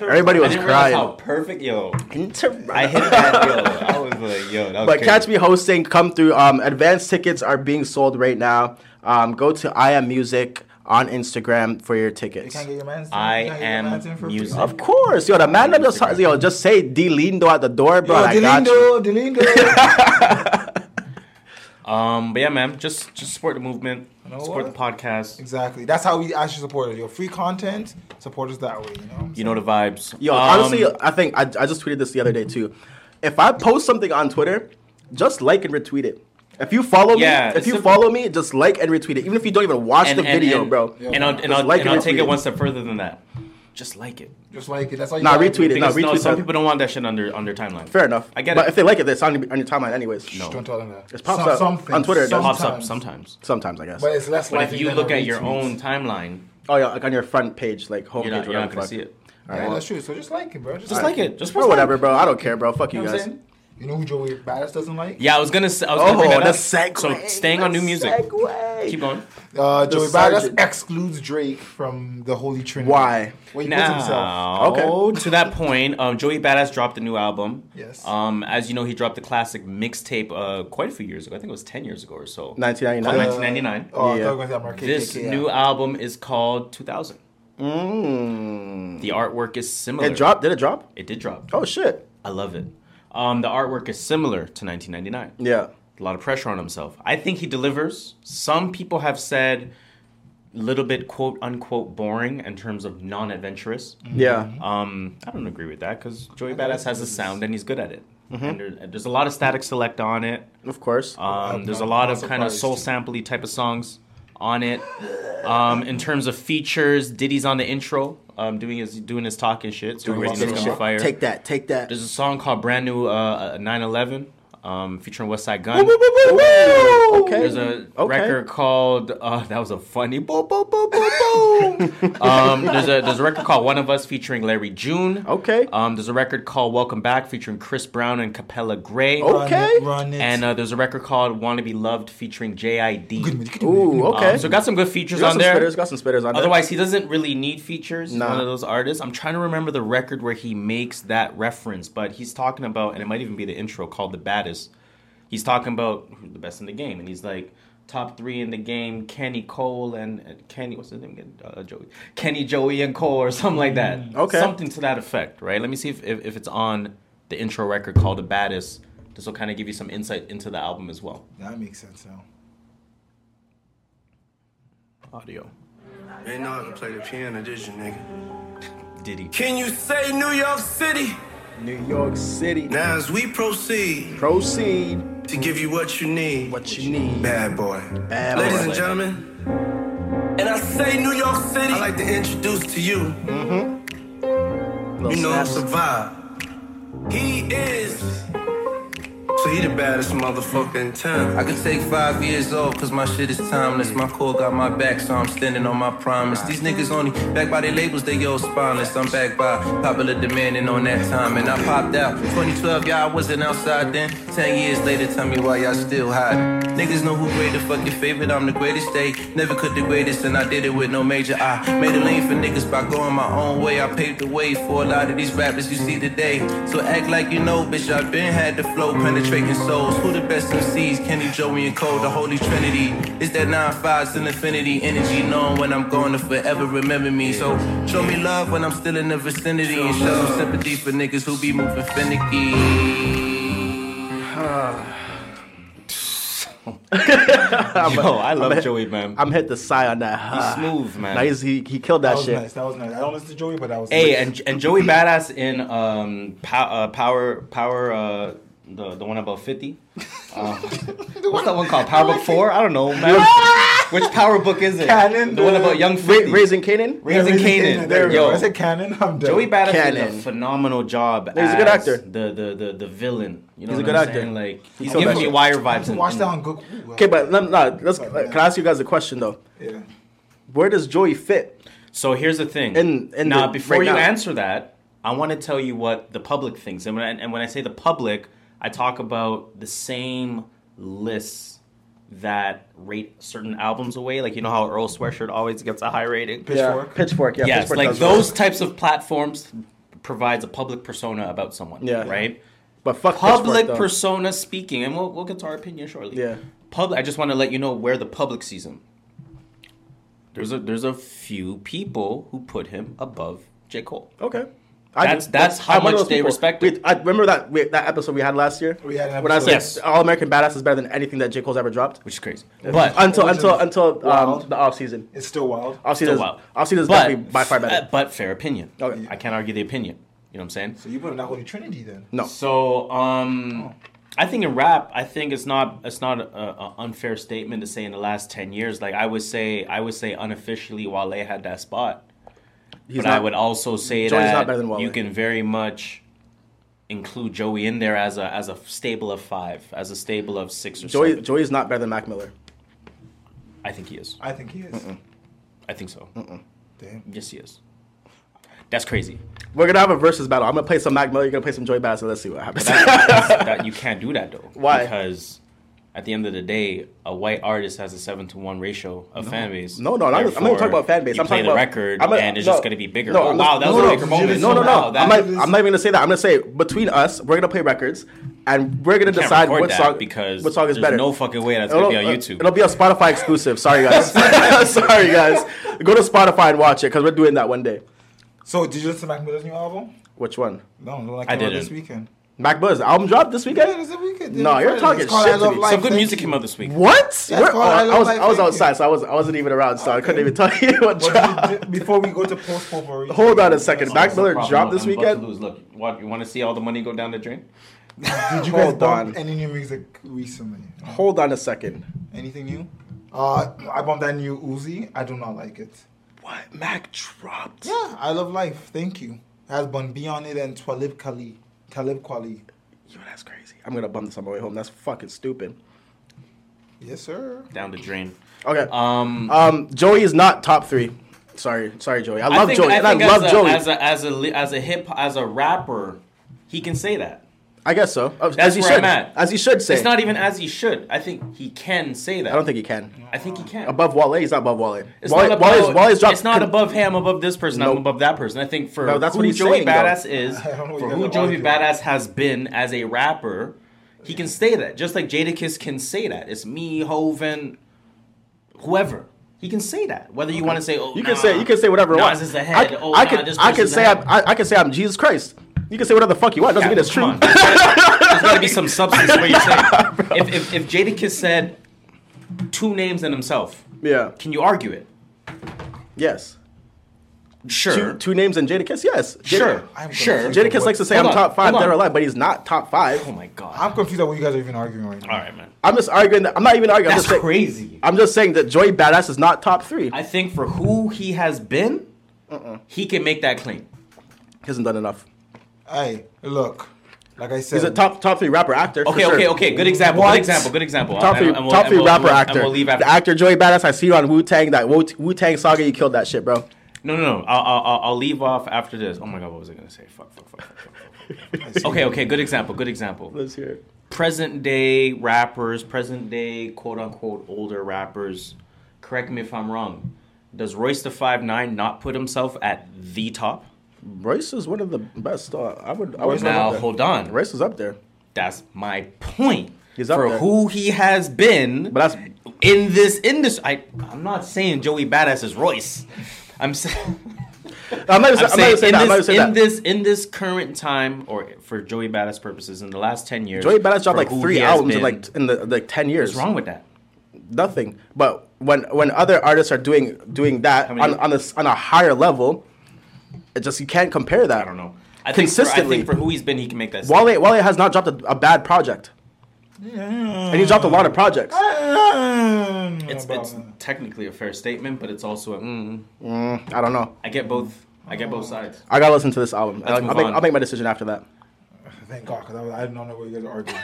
[SPEAKER 3] everybody
[SPEAKER 2] I
[SPEAKER 3] was
[SPEAKER 2] didn't realize
[SPEAKER 3] crying.
[SPEAKER 2] how perfect, yo.
[SPEAKER 3] In Toronto.
[SPEAKER 2] I hit that, yo. I was like, yo, that was
[SPEAKER 3] But
[SPEAKER 2] crazy.
[SPEAKER 3] catch me hosting. Come through. Um, advanced tickets are being sold right now. Um, go to I Am Music on Instagram for your tickets.
[SPEAKER 4] Can't get your man's
[SPEAKER 2] I
[SPEAKER 4] you can't get your
[SPEAKER 2] am
[SPEAKER 4] man's in for free. Oh,
[SPEAKER 2] music.
[SPEAKER 3] Of course, yo, the man that just
[SPEAKER 2] Instagram.
[SPEAKER 3] yo just say D Lindo at the door, bro.
[SPEAKER 4] Yo,
[SPEAKER 3] and I got you.
[SPEAKER 4] Delindo, Delindo.
[SPEAKER 2] Um, but yeah, man, just just support the movement,
[SPEAKER 4] know
[SPEAKER 2] support the podcast.
[SPEAKER 4] exactly. That's how we actually support us. Your free content, support us that way. You know.
[SPEAKER 2] You know the vibes.
[SPEAKER 3] Yo,
[SPEAKER 2] Um,
[SPEAKER 3] honestly, I think I, I just tweeted this the other day too. If I post something on Twitter, just like and retweet it. If you follow
[SPEAKER 2] Yeah,
[SPEAKER 3] me, if
[SPEAKER 2] it's
[SPEAKER 3] you
[SPEAKER 2] a-
[SPEAKER 3] follow me, just like and retweet it. Even if you don't even watch the video, bro.
[SPEAKER 2] And I'll, and
[SPEAKER 3] Just
[SPEAKER 2] I'll,
[SPEAKER 3] like
[SPEAKER 2] and
[SPEAKER 3] and
[SPEAKER 2] I'll take
[SPEAKER 3] retweet
[SPEAKER 2] it
[SPEAKER 3] it.
[SPEAKER 2] one step further than that. Just like it.
[SPEAKER 4] Just like it. That's all. You
[SPEAKER 3] Nah,
[SPEAKER 4] gotta
[SPEAKER 3] retweet
[SPEAKER 4] do.
[SPEAKER 3] it. No,
[SPEAKER 2] Because no,
[SPEAKER 3] retweet
[SPEAKER 2] some
[SPEAKER 3] that.
[SPEAKER 2] people don't want that shit on their on their timeline.
[SPEAKER 3] Fair enough.
[SPEAKER 2] I get
[SPEAKER 3] But
[SPEAKER 2] it.
[SPEAKER 3] if they like it, it's on, on your timeline anyways.
[SPEAKER 2] No.
[SPEAKER 4] Don't tell them that. It
[SPEAKER 3] pops up on Twitter, it
[SPEAKER 2] It
[SPEAKER 3] does.
[SPEAKER 2] pops up sometimes.
[SPEAKER 3] Sometimes I guess.
[SPEAKER 4] But it's less.
[SPEAKER 2] But if
[SPEAKER 4] likely
[SPEAKER 2] you
[SPEAKER 4] than
[SPEAKER 2] look
[SPEAKER 4] a
[SPEAKER 2] at your
[SPEAKER 4] retweet.
[SPEAKER 2] own timeline,
[SPEAKER 3] oh yeah, like on your front page, like homepage.
[SPEAKER 2] you're not,
[SPEAKER 3] whatever
[SPEAKER 2] you're not
[SPEAKER 3] the
[SPEAKER 2] gonna
[SPEAKER 3] fuck.
[SPEAKER 2] see it.
[SPEAKER 4] yeah, that's true. So just like it, bro.
[SPEAKER 2] Just like it. Just
[SPEAKER 3] Or whatever, bro. I don't care, bro. Fuck you
[SPEAKER 4] You know, what I'm
[SPEAKER 3] guys.
[SPEAKER 4] saying? you know who Joey Badass doesn't like?
[SPEAKER 2] Yeah, I was gonna. Say, I was gonna bring
[SPEAKER 3] Oh,
[SPEAKER 2] that
[SPEAKER 3] the
[SPEAKER 2] up.
[SPEAKER 3] segue.
[SPEAKER 2] So staying on new music.
[SPEAKER 3] Segue.
[SPEAKER 2] Keep going.
[SPEAKER 4] Uh, Joey Badass
[SPEAKER 3] Sergeant.
[SPEAKER 4] excludes Drake from the Holy Trinity.
[SPEAKER 3] Why?
[SPEAKER 4] Well, he puts himself.
[SPEAKER 2] Now, Oh,
[SPEAKER 3] Okay.
[SPEAKER 2] to that point, um, Joey Badass dropped a new album.
[SPEAKER 4] Yes.
[SPEAKER 2] Um, as you know, he dropped the classic mixtape uh, quite a few years ago. I think it was ten years ago or so.
[SPEAKER 3] 1999.
[SPEAKER 2] Called 1999.
[SPEAKER 4] Oh, I
[SPEAKER 3] Yeah.
[SPEAKER 4] thought I was gonna say Marquez
[SPEAKER 2] this
[SPEAKER 4] KK, yeah.
[SPEAKER 2] new album is called 2000. The artwork is similar.
[SPEAKER 3] It dropped. Mm. Did it drop?
[SPEAKER 2] It did drop.
[SPEAKER 3] Oh shit.
[SPEAKER 2] I love it. Um, the artwork is similar to 1999.
[SPEAKER 3] Yeah.
[SPEAKER 2] a lot of pressure on himself. I think he delivers. Some people have said a little bit quote unquote boring in terms of
[SPEAKER 4] Mm-hmm.
[SPEAKER 2] non-adventurous.
[SPEAKER 3] Yeah.
[SPEAKER 2] Um, I don't agree with that because Joey Badass has a sound and he's good at it. And there- there's a lot of static select on it.
[SPEAKER 3] Of course.
[SPEAKER 2] Um, there's a
[SPEAKER 4] I'm
[SPEAKER 2] lot
[SPEAKER 4] not
[SPEAKER 2] of kind of
[SPEAKER 4] surprised.
[SPEAKER 2] soul sampley type of songs on it. Um, in terms of features, Diddy's on the intro, um, doing his doing his talk and shit. So
[SPEAKER 4] Doing
[SPEAKER 2] everybody
[SPEAKER 4] his
[SPEAKER 2] knows
[SPEAKER 4] talk.
[SPEAKER 2] he's on fire.
[SPEAKER 3] Take that. Take that.
[SPEAKER 2] There's a song called Brand New uh, 911 um, featuring West Side
[SPEAKER 3] Woo,
[SPEAKER 2] Gun.
[SPEAKER 3] woo, woo, woo, woo. Okay.
[SPEAKER 2] There's a
[SPEAKER 3] Okay.
[SPEAKER 2] record called uh, that was a funny boom boom boom boom boom. um, there's a there's a record called One of Us featuring Larry June.
[SPEAKER 3] Okay.
[SPEAKER 2] Um, there's a record called Welcome Back featuring Chris Brown and Capella Gray.
[SPEAKER 3] Oh.
[SPEAKER 4] Run
[SPEAKER 3] Okay.
[SPEAKER 4] it, run it.
[SPEAKER 2] And uh, there's a record called Wanna Be Loved featuring J.I.D.
[SPEAKER 4] Good, good, good.
[SPEAKER 3] Ooh. Okay.
[SPEAKER 2] Um, so got some good features
[SPEAKER 3] got
[SPEAKER 2] on
[SPEAKER 3] some
[SPEAKER 2] there.
[SPEAKER 3] spitters. Got some spitters on there.
[SPEAKER 2] Otherwise, he doesn't really need features. He's
[SPEAKER 3] Nah.
[SPEAKER 2] one of those artists. I'm trying to remember the record where he makes that reference, but he's talking about, and it might even be the intro called "The Baddest." He's talking about who the best in the game, and he's like top three in the game: Kenny Cole and uh, Kenny. What's his name again? Uh, Joey. Kenny, Joey, and Cole, or something like that.
[SPEAKER 3] okay.
[SPEAKER 2] something to that effect, right? Let me see if if, if it's on the intro record called "The Baddest." This will kind of give you some insight into the album as well.
[SPEAKER 4] That makes sense now.
[SPEAKER 2] Audio.
[SPEAKER 7] They know I can play the piano, did you, nigga?
[SPEAKER 2] Diddy.
[SPEAKER 7] Can you say New York City?
[SPEAKER 3] New York City.
[SPEAKER 7] Now, as we proceed
[SPEAKER 3] Proceed.
[SPEAKER 7] to give you what you need,
[SPEAKER 3] What you need.
[SPEAKER 7] bad boy.
[SPEAKER 3] Bad
[SPEAKER 7] Ladies
[SPEAKER 3] boy.
[SPEAKER 7] and gentlemen, and I say New York City, I'd like to introduce to you,
[SPEAKER 3] Little
[SPEAKER 7] you know,
[SPEAKER 3] snaps.
[SPEAKER 7] Survive. He is. So he the baddest motherfucker in town.
[SPEAKER 8] I could take five years off, cause my shit is timeless. My core got my back, so I'm standing on my promise. These niggas only back by their labels, they all spineless. I'm back by popular demanding on that time, and I popped out. 2012, y'all wasn't outside then. Ten years later, tell me why y'all still hiding. Niggas know who great the fucking favorite, I'm the greatest. They never could the greatest, and I did it with no major. I made a lane for niggas by going my own way. I paved the way for a lot of these rappers you see today. So act like you know, bitch, I've been had the flow, penetrating souls. Who the best MCs? Kenny, Joey, and Cole, the holy trinity. It's that nine fives and infinity energy, knowing when I'm going to forever remember me. So show me love when I'm still in the vicinity, and show some sympathy for niggas who be moving finicky.
[SPEAKER 2] Yo, I love Joey, man.
[SPEAKER 3] I'm hit the sigh on that. Huh.
[SPEAKER 2] smooth, man.
[SPEAKER 3] Nah, he's, he, he killed that,
[SPEAKER 4] That was
[SPEAKER 3] shit.
[SPEAKER 4] nice. That was nice. I don't listen to Joey, but that was
[SPEAKER 2] Hey,
[SPEAKER 4] nice.
[SPEAKER 2] and and Joey Badass in um pow, uh, power power uh the the one about fifty. Um, what's that one called? Power Book Four? I don't know, man. Which Power Book is it?
[SPEAKER 4] Canon,
[SPEAKER 2] the one
[SPEAKER 4] uh,
[SPEAKER 2] about young
[SPEAKER 3] Ra-
[SPEAKER 2] fifty.
[SPEAKER 3] Raising Canaan.
[SPEAKER 4] Yeah,
[SPEAKER 2] Raising
[SPEAKER 4] Raising
[SPEAKER 2] Canaan.
[SPEAKER 4] Kanan. There we
[SPEAKER 2] Yo.
[SPEAKER 4] go. I said Cannon. I'm done.
[SPEAKER 2] Joey Badass did
[SPEAKER 3] Cannon.
[SPEAKER 2] a phenomenal job.
[SPEAKER 3] He's a good
[SPEAKER 2] as
[SPEAKER 3] actor.
[SPEAKER 2] The the the, the villain. You know
[SPEAKER 3] He's a
[SPEAKER 2] what
[SPEAKER 3] good
[SPEAKER 2] I'm
[SPEAKER 3] actor.
[SPEAKER 2] saying? Like he's
[SPEAKER 3] killed
[SPEAKER 2] giving
[SPEAKER 3] that
[SPEAKER 2] me
[SPEAKER 3] shit.
[SPEAKER 2] wire vibes.
[SPEAKER 4] To
[SPEAKER 2] in-
[SPEAKER 4] watch
[SPEAKER 2] in-
[SPEAKER 4] that on Google. Ooh,
[SPEAKER 3] Okay, but let, nah, let's, can I ask you guys a question, though?
[SPEAKER 4] Yeah.
[SPEAKER 3] Where does Joey fit?
[SPEAKER 2] So here's the thing.
[SPEAKER 3] In- in
[SPEAKER 2] now,
[SPEAKER 3] the-
[SPEAKER 2] before
[SPEAKER 3] right
[SPEAKER 2] you
[SPEAKER 3] now.
[SPEAKER 2] answer that, I want to tell you what the public thinks. And when I, and when I say the public, I talk about the same lists that rate certain albums away. Like you know how Earl Sweatshirt always gets a high rating.
[SPEAKER 4] Pitchfork.
[SPEAKER 3] Pitchfork, yeah.
[SPEAKER 2] Yes,
[SPEAKER 3] Pitchfork
[SPEAKER 2] like
[SPEAKER 3] does
[SPEAKER 2] those
[SPEAKER 3] work.
[SPEAKER 2] types of platforms provides a public persona about someone.
[SPEAKER 3] Yeah.
[SPEAKER 2] Right.
[SPEAKER 3] But fuck
[SPEAKER 2] Public
[SPEAKER 3] Pitchfork, though.
[SPEAKER 2] persona speaking, and we'll we'll get to our opinion shortly.
[SPEAKER 3] Yeah.
[SPEAKER 2] Public. I just want to let you know where the public sees him. There's a there's a few people who put him above J Cole.
[SPEAKER 3] Okay.
[SPEAKER 2] That's- that's how
[SPEAKER 3] I'm one of
[SPEAKER 2] much
[SPEAKER 3] those
[SPEAKER 2] they
[SPEAKER 3] people.
[SPEAKER 2] respect
[SPEAKER 3] We-
[SPEAKER 2] it.
[SPEAKER 3] I remember that we, that episode we had last year.
[SPEAKER 4] We had an
[SPEAKER 3] when I said
[SPEAKER 4] episode.
[SPEAKER 2] Yes.
[SPEAKER 3] All American Badass is better than anything that J Cole's ever dropped.
[SPEAKER 2] which is crazy. But
[SPEAKER 3] until
[SPEAKER 4] Which
[SPEAKER 3] until
[SPEAKER 4] is
[SPEAKER 3] until um,
[SPEAKER 4] wild.
[SPEAKER 3] the off season.
[SPEAKER 4] It's still wild.
[SPEAKER 3] Off
[SPEAKER 2] still
[SPEAKER 3] season.
[SPEAKER 2] wild.
[SPEAKER 3] Off season is
[SPEAKER 2] But-
[SPEAKER 3] definitely by far better. Oh,
[SPEAKER 2] uh, but fair opinion.
[SPEAKER 3] Okay.
[SPEAKER 2] I can't argue the opinion. You know what I'm saying?
[SPEAKER 4] So you put him in that Holy Trinity then?
[SPEAKER 2] Mm.
[SPEAKER 3] No.
[SPEAKER 2] So um, I think in rap, I think it's not it's not a, a unfair statement to say in the last ten years. Like I would say, I would say unofficially, Wale had that spot.
[SPEAKER 3] He's
[SPEAKER 2] but I
[SPEAKER 3] not-
[SPEAKER 2] would also say
[SPEAKER 3] Joey's
[SPEAKER 2] that
[SPEAKER 3] not better than Wale.
[SPEAKER 2] you can very much include Joey in there as a as a stable of five, as a stable of six or
[SPEAKER 3] Joey
[SPEAKER 2] seven.
[SPEAKER 3] Joey's not better than Mac Miller.
[SPEAKER 2] I think he is.
[SPEAKER 4] I think he is.
[SPEAKER 2] I think so.
[SPEAKER 4] Damn.
[SPEAKER 2] Yes, he is. That's crazy.
[SPEAKER 3] We're gonna have a versus battle. I'm gonna play some Mac Miller. You're gonna play some Joey Badass. So let's see what happens.
[SPEAKER 2] that you can't do that though.
[SPEAKER 3] Why?
[SPEAKER 2] Because at the end of the day, a white artist has a seven to one ratio of fan base.
[SPEAKER 3] No, no, I'm not- I'm not even talking about fan base.
[SPEAKER 2] You
[SPEAKER 3] I'm
[SPEAKER 2] play
[SPEAKER 3] talking
[SPEAKER 2] the
[SPEAKER 3] about-
[SPEAKER 2] record,
[SPEAKER 3] I'm not-
[SPEAKER 2] and it's
[SPEAKER 3] no.
[SPEAKER 2] just going to be bigger.
[SPEAKER 3] No,
[SPEAKER 2] oh,
[SPEAKER 3] I'm not-
[SPEAKER 2] wow, that was
[SPEAKER 4] no,
[SPEAKER 2] a
[SPEAKER 4] no,
[SPEAKER 2] bigger moment.
[SPEAKER 3] no, no,
[SPEAKER 2] Wow,
[SPEAKER 3] no.
[SPEAKER 2] that-
[SPEAKER 3] I'm not, I'm not even gonna say that. I'm gonna say, but between us, we're gonna play records. and we're gonna
[SPEAKER 2] Can't
[SPEAKER 3] decide
[SPEAKER 2] record
[SPEAKER 3] what
[SPEAKER 2] that
[SPEAKER 3] song
[SPEAKER 2] because
[SPEAKER 3] what song is
[SPEAKER 2] there's
[SPEAKER 3] better. uh,
[SPEAKER 2] no fucking way that's gonna be on
[SPEAKER 3] It'll-
[SPEAKER 2] YouTube.
[SPEAKER 3] It'll be a Spotify exclusive. Sorry guys. Sorry guys. Go to Spotify and watch it because we're doing that one day.
[SPEAKER 4] So did you listen to Mac Miller's new album?
[SPEAKER 3] Which one?
[SPEAKER 4] No, no, like
[SPEAKER 2] I
[SPEAKER 4] came out this
[SPEAKER 2] didn't.
[SPEAKER 4] weekend.
[SPEAKER 3] Mac Buzz album dropped this
[SPEAKER 4] Yeah,
[SPEAKER 3] weekend.
[SPEAKER 4] it's a weekend.
[SPEAKER 3] No, you're
[SPEAKER 4] It's
[SPEAKER 3] talking
[SPEAKER 4] called
[SPEAKER 3] shit
[SPEAKER 4] I
[SPEAKER 3] to
[SPEAKER 4] Love
[SPEAKER 3] me.
[SPEAKER 4] Life,
[SPEAKER 2] Some good
[SPEAKER 4] thank
[SPEAKER 2] music
[SPEAKER 4] you.
[SPEAKER 2] came out this week.
[SPEAKER 3] What? Where-
[SPEAKER 4] called
[SPEAKER 3] oh,
[SPEAKER 4] I
[SPEAKER 3] I,
[SPEAKER 4] Love
[SPEAKER 3] was
[SPEAKER 4] Life,
[SPEAKER 3] I was
[SPEAKER 4] thank
[SPEAKER 3] outside,
[SPEAKER 4] you.
[SPEAKER 3] so I was I wasn't even around, so I couldn't even tell you what
[SPEAKER 4] But
[SPEAKER 3] dropped.
[SPEAKER 4] did you- did- Before we go to post potpourri,
[SPEAKER 3] Hold on a second. Mac
[SPEAKER 2] That's the
[SPEAKER 3] Miller
[SPEAKER 2] problem
[SPEAKER 3] dropped this
[SPEAKER 2] I'm about to
[SPEAKER 3] weekend.
[SPEAKER 2] lose. Look, what, you want to see all the money go down the drain?
[SPEAKER 4] did you guys
[SPEAKER 3] Hold on.
[SPEAKER 4] bump any new music recently?
[SPEAKER 3] Hold on a second.
[SPEAKER 4] Anything new? Uh, I bumped that new Uzi. I do not like it.
[SPEAKER 3] What? Mac dropped.
[SPEAKER 4] Yeah, I love life. Thank you. Has Bun B on it and Twalib Kali. Talib Kweli.
[SPEAKER 3] Yo, that's crazy. I'm gonna bump this on my way home. That's fucking stupid.
[SPEAKER 4] Yes, sir.
[SPEAKER 2] Down the drain.
[SPEAKER 3] Okay.
[SPEAKER 2] Um,
[SPEAKER 3] Um, Joey is not top three. Sorry, sorry, Joey. I love
[SPEAKER 2] think-
[SPEAKER 3] Joey, and I
[SPEAKER 2] think
[SPEAKER 3] love
[SPEAKER 2] as a,
[SPEAKER 3] Joey.
[SPEAKER 2] As a as a li- as a hip as a rapper, he can say that.
[SPEAKER 3] I guess so. Oh, As
[SPEAKER 2] That's
[SPEAKER 3] he
[SPEAKER 2] where
[SPEAKER 3] should.
[SPEAKER 2] I'm at.
[SPEAKER 3] As he should say.
[SPEAKER 2] It's not e- even as he should. I think he can say that.
[SPEAKER 3] I don't think he can.
[SPEAKER 2] I think he can.
[SPEAKER 3] Above Wale, he's not above Wale.
[SPEAKER 2] It's
[SPEAKER 3] Wale,
[SPEAKER 2] not above,
[SPEAKER 3] Wale's, Wale's dropped.
[SPEAKER 2] it's not
[SPEAKER 3] con-
[SPEAKER 2] above him, above this person,
[SPEAKER 3] Nope.
[SPEAKER 2] I'm above that person. I think for
[SPEAKER 3] No, that's
[SPEAKER 2] who
[SPEAKER 3] what he's
[SPEAKER 2] Joey
[SPEAKER 3] saying, though.
[SPEAKER 2] Badass is,
[SPEAKER 4] I don't know what
[SPEAKER 2] for
[SPEAKER 4] you
[SPEAKER 2] who
[SPEAKER 4] guys
[SPEAKER 2] Joey
[SPEAKER 4] argue.
[SPEAKER 2] Badass has been as a rapper, he can say that. Just like Jadakiss can say that. It's me, Hoven, whoever. He can say that. Whether you want to say, oh,
[SPEAKER 3] You
[SPEAKER 2] nah,
[SPEAKER 3] can say you can say whatever.
[SPEAKER 2] Nas
[SPEAKER 3] you want.
[SPEAKER 2] is the head.
[SPEAKER 3] I,
[SPEAKER 2] Oh,
[SPEAKER 3] I
[SPEAKER 2] nah,
[SPEAKER 3] can
[SPEAKER 2] this
[SPEAKER 3] I can
[SPEAKER 2] person's
[SPEAKER 3] say
[SPEAKER 2] the
[SPEAKER 3] I'm,
[SPEAKER 2] head.
[SPEAKER 3] I, I can say I'm Jesus Christ. You can say whatever the fuck you want. Doesn't mean it's true.
[SPEAKER 2] Come on. There's got to be some substance to what you're saying. if, if, if Jadakiss said two names and himself,
[SPEAKER 3] yeah.
[SPEAKER 2] can you argue it?
[SPEAKER 3] Yes.
[SPEAKER 2] Sure.
[SPEAKER 3] Two, two names and Jada Kiss. Yes. Jada,
[SPEAKER 2] sure.
[SPEAKER 4] I'm gonna
[SPEAKER 2] Sure.
[SPEAKER 4] say-
[SPEAKER 3] Jada Kiss likes to say
[SPEAKER 2] Hold
[SPEAKER 3] I'm
[SPEAKER 2] on,
[SPEAKER 3] top five
[SPEAKER 2] hold
[SPEAKER 3] dead or
[SPEAKER 2] on.
[SPEAKER 3] alive, but he's not top five.
[SPEAKER 2] Oh my God.
[SPEAKER 4] I'm confused at what you guys are even arguing right now.
[SPEAKER 2] All right, man.
[SPEAKER 3] I'm just arguing that I'm not even arguing. I'm
[SPEAKER 2] That's
[SPEAKER 3] just saying,
[SPEAKER 2] crazy.
[SPEAKER 3] I'm just saying that Joey Badass is not top three.
[SPEAKER 2] I think for who he has been, he can make that claim.
[SPEAKER 3] he hasn't done enough.
[SPEAKER 4] Hey, look. Like I said,
[SPEAKER 3] He's a top top three rapper actor. for
[SPEAKER 2] Okay,
[SPEAKER 3] sure.
[SPEAKER 2] okay, okay. Good example.
[SPEAKER 3] What?
[SPEAKER 2] Good example. Good example.
[SPEAKER 3] Top
[SPEAKER 2] And-
[SPEAKER 3] three,
[SPEAKER 2] and we'll-
[SPEAKER 3] top
[SPEAKER 2] and
[SPEAKER 3] three
[SPEAKER 2] we'll-
[SPEAKER 3] rapper
[SPEAKER 2] we'll- and
[SPEAKER 3] actor.
[SPEAKER 2] we'll leave
[SPEAKER 3] The
[SPEAKER 2] after.
[SPEAKER 3] actor Joey Badass. I see you on Wu Tang. That Wu Tang saga. You killed that shit, bro.
[SPEAKER 2] No, no, no. I'll, I'll, I'll- I'll leave off after this. Oh my god, what was I gonna say? Fuck, fuck, fuck. fuck, fuck, fuck, fuck. okay, okay. Good example. Good example.
[SPEAKER 3] Let's hear it.
[SPEAKER 2] Present day rappers, present day quote unquote older rappers. Correct me if I'm wrong. Does Royce the Five Nine not put himself at the top?
[SPEAKER 3] Royce is one of the best. Uh, I would. I would
[SPEAKER 2] Now
[SPEAKER 3] up there.
[SPEAKER 2] hold on.
[SPEAKER 3] Royce is up there.
[SPEAKER 2] That's my point.
[SPEAKER 3] He's up
[SPEAKER 2] for
[SPEAKER 3] there.
[SPEAKER 2] who he has been
[SPEAKER 3] But that's
[SPEAKER 2] in this industry. I, I'm not saying Joey Badass is Royce. I'm, sa-
[SPEAKER 3] I'm not even
[SPEAKER 2] I'm
[SPEAKER 3] I'm not even
[SPEAKER 2] saying
[SPEAKER 3] saying
[SPEAKER 2] in,
[SPEAKER 3] that. I'm not even
[SPEAKER 2] this,
[SPEAKER 3] saying
[SPEAKER 2] in
[SPEAKER 3] that.
[SPEAKER 2] this in this current time, or for Joey Badass purposes, in the last ten years,
[SPEAKER 3] Joey Badass
[SPEAKER 2] for
[SPEAKER 3] dropped like
[SPEAKER 2] who
[SPEAKER 3] three
[SPEAKER 2] he has
[SPEAKER 3] albums in
[SPEAKER 2] been,
[SPEAKER 3] like in the like ten years.
[SPEAKER 2] what's wrong with that?
[SPEAKER 3] Nothing. But when when other artists are doing doing that
[SPEAKER 2] many-
[SPEAKER 3] on on a, s- on a higher level, it just you can't compare that.
[SPEAKER 2] I don't know. I think for, I
[SPEAKER 3] Consistently.
[SPEAKER 2] think for who he's been, he can make that.
[SPEAKER 3] Wale Wale has not dropped a, a bad project, and he dropped a lot of projects.
[SPEAKER 4] Mm,
[SPEAKER 2] statement.
[SPEAKER 4] about-
[SPEAKER 2] it's, it's technically a fair statement, but it's also a, mm,
[SPEAKER 3] I don't know.
[SPEAKER 2] I get both. I get both sides.
[SPEAKER 3] I gotta listen to this album. I'll,
[SPEAKER 2] move
[SPEAKER 3] I'll make,
[SPEAKER 2] on.
[SPEAKER 3] I'll make my decision after that.
[SPEAKER 4] thank God, because I, was- I did not know what you guys are arguing.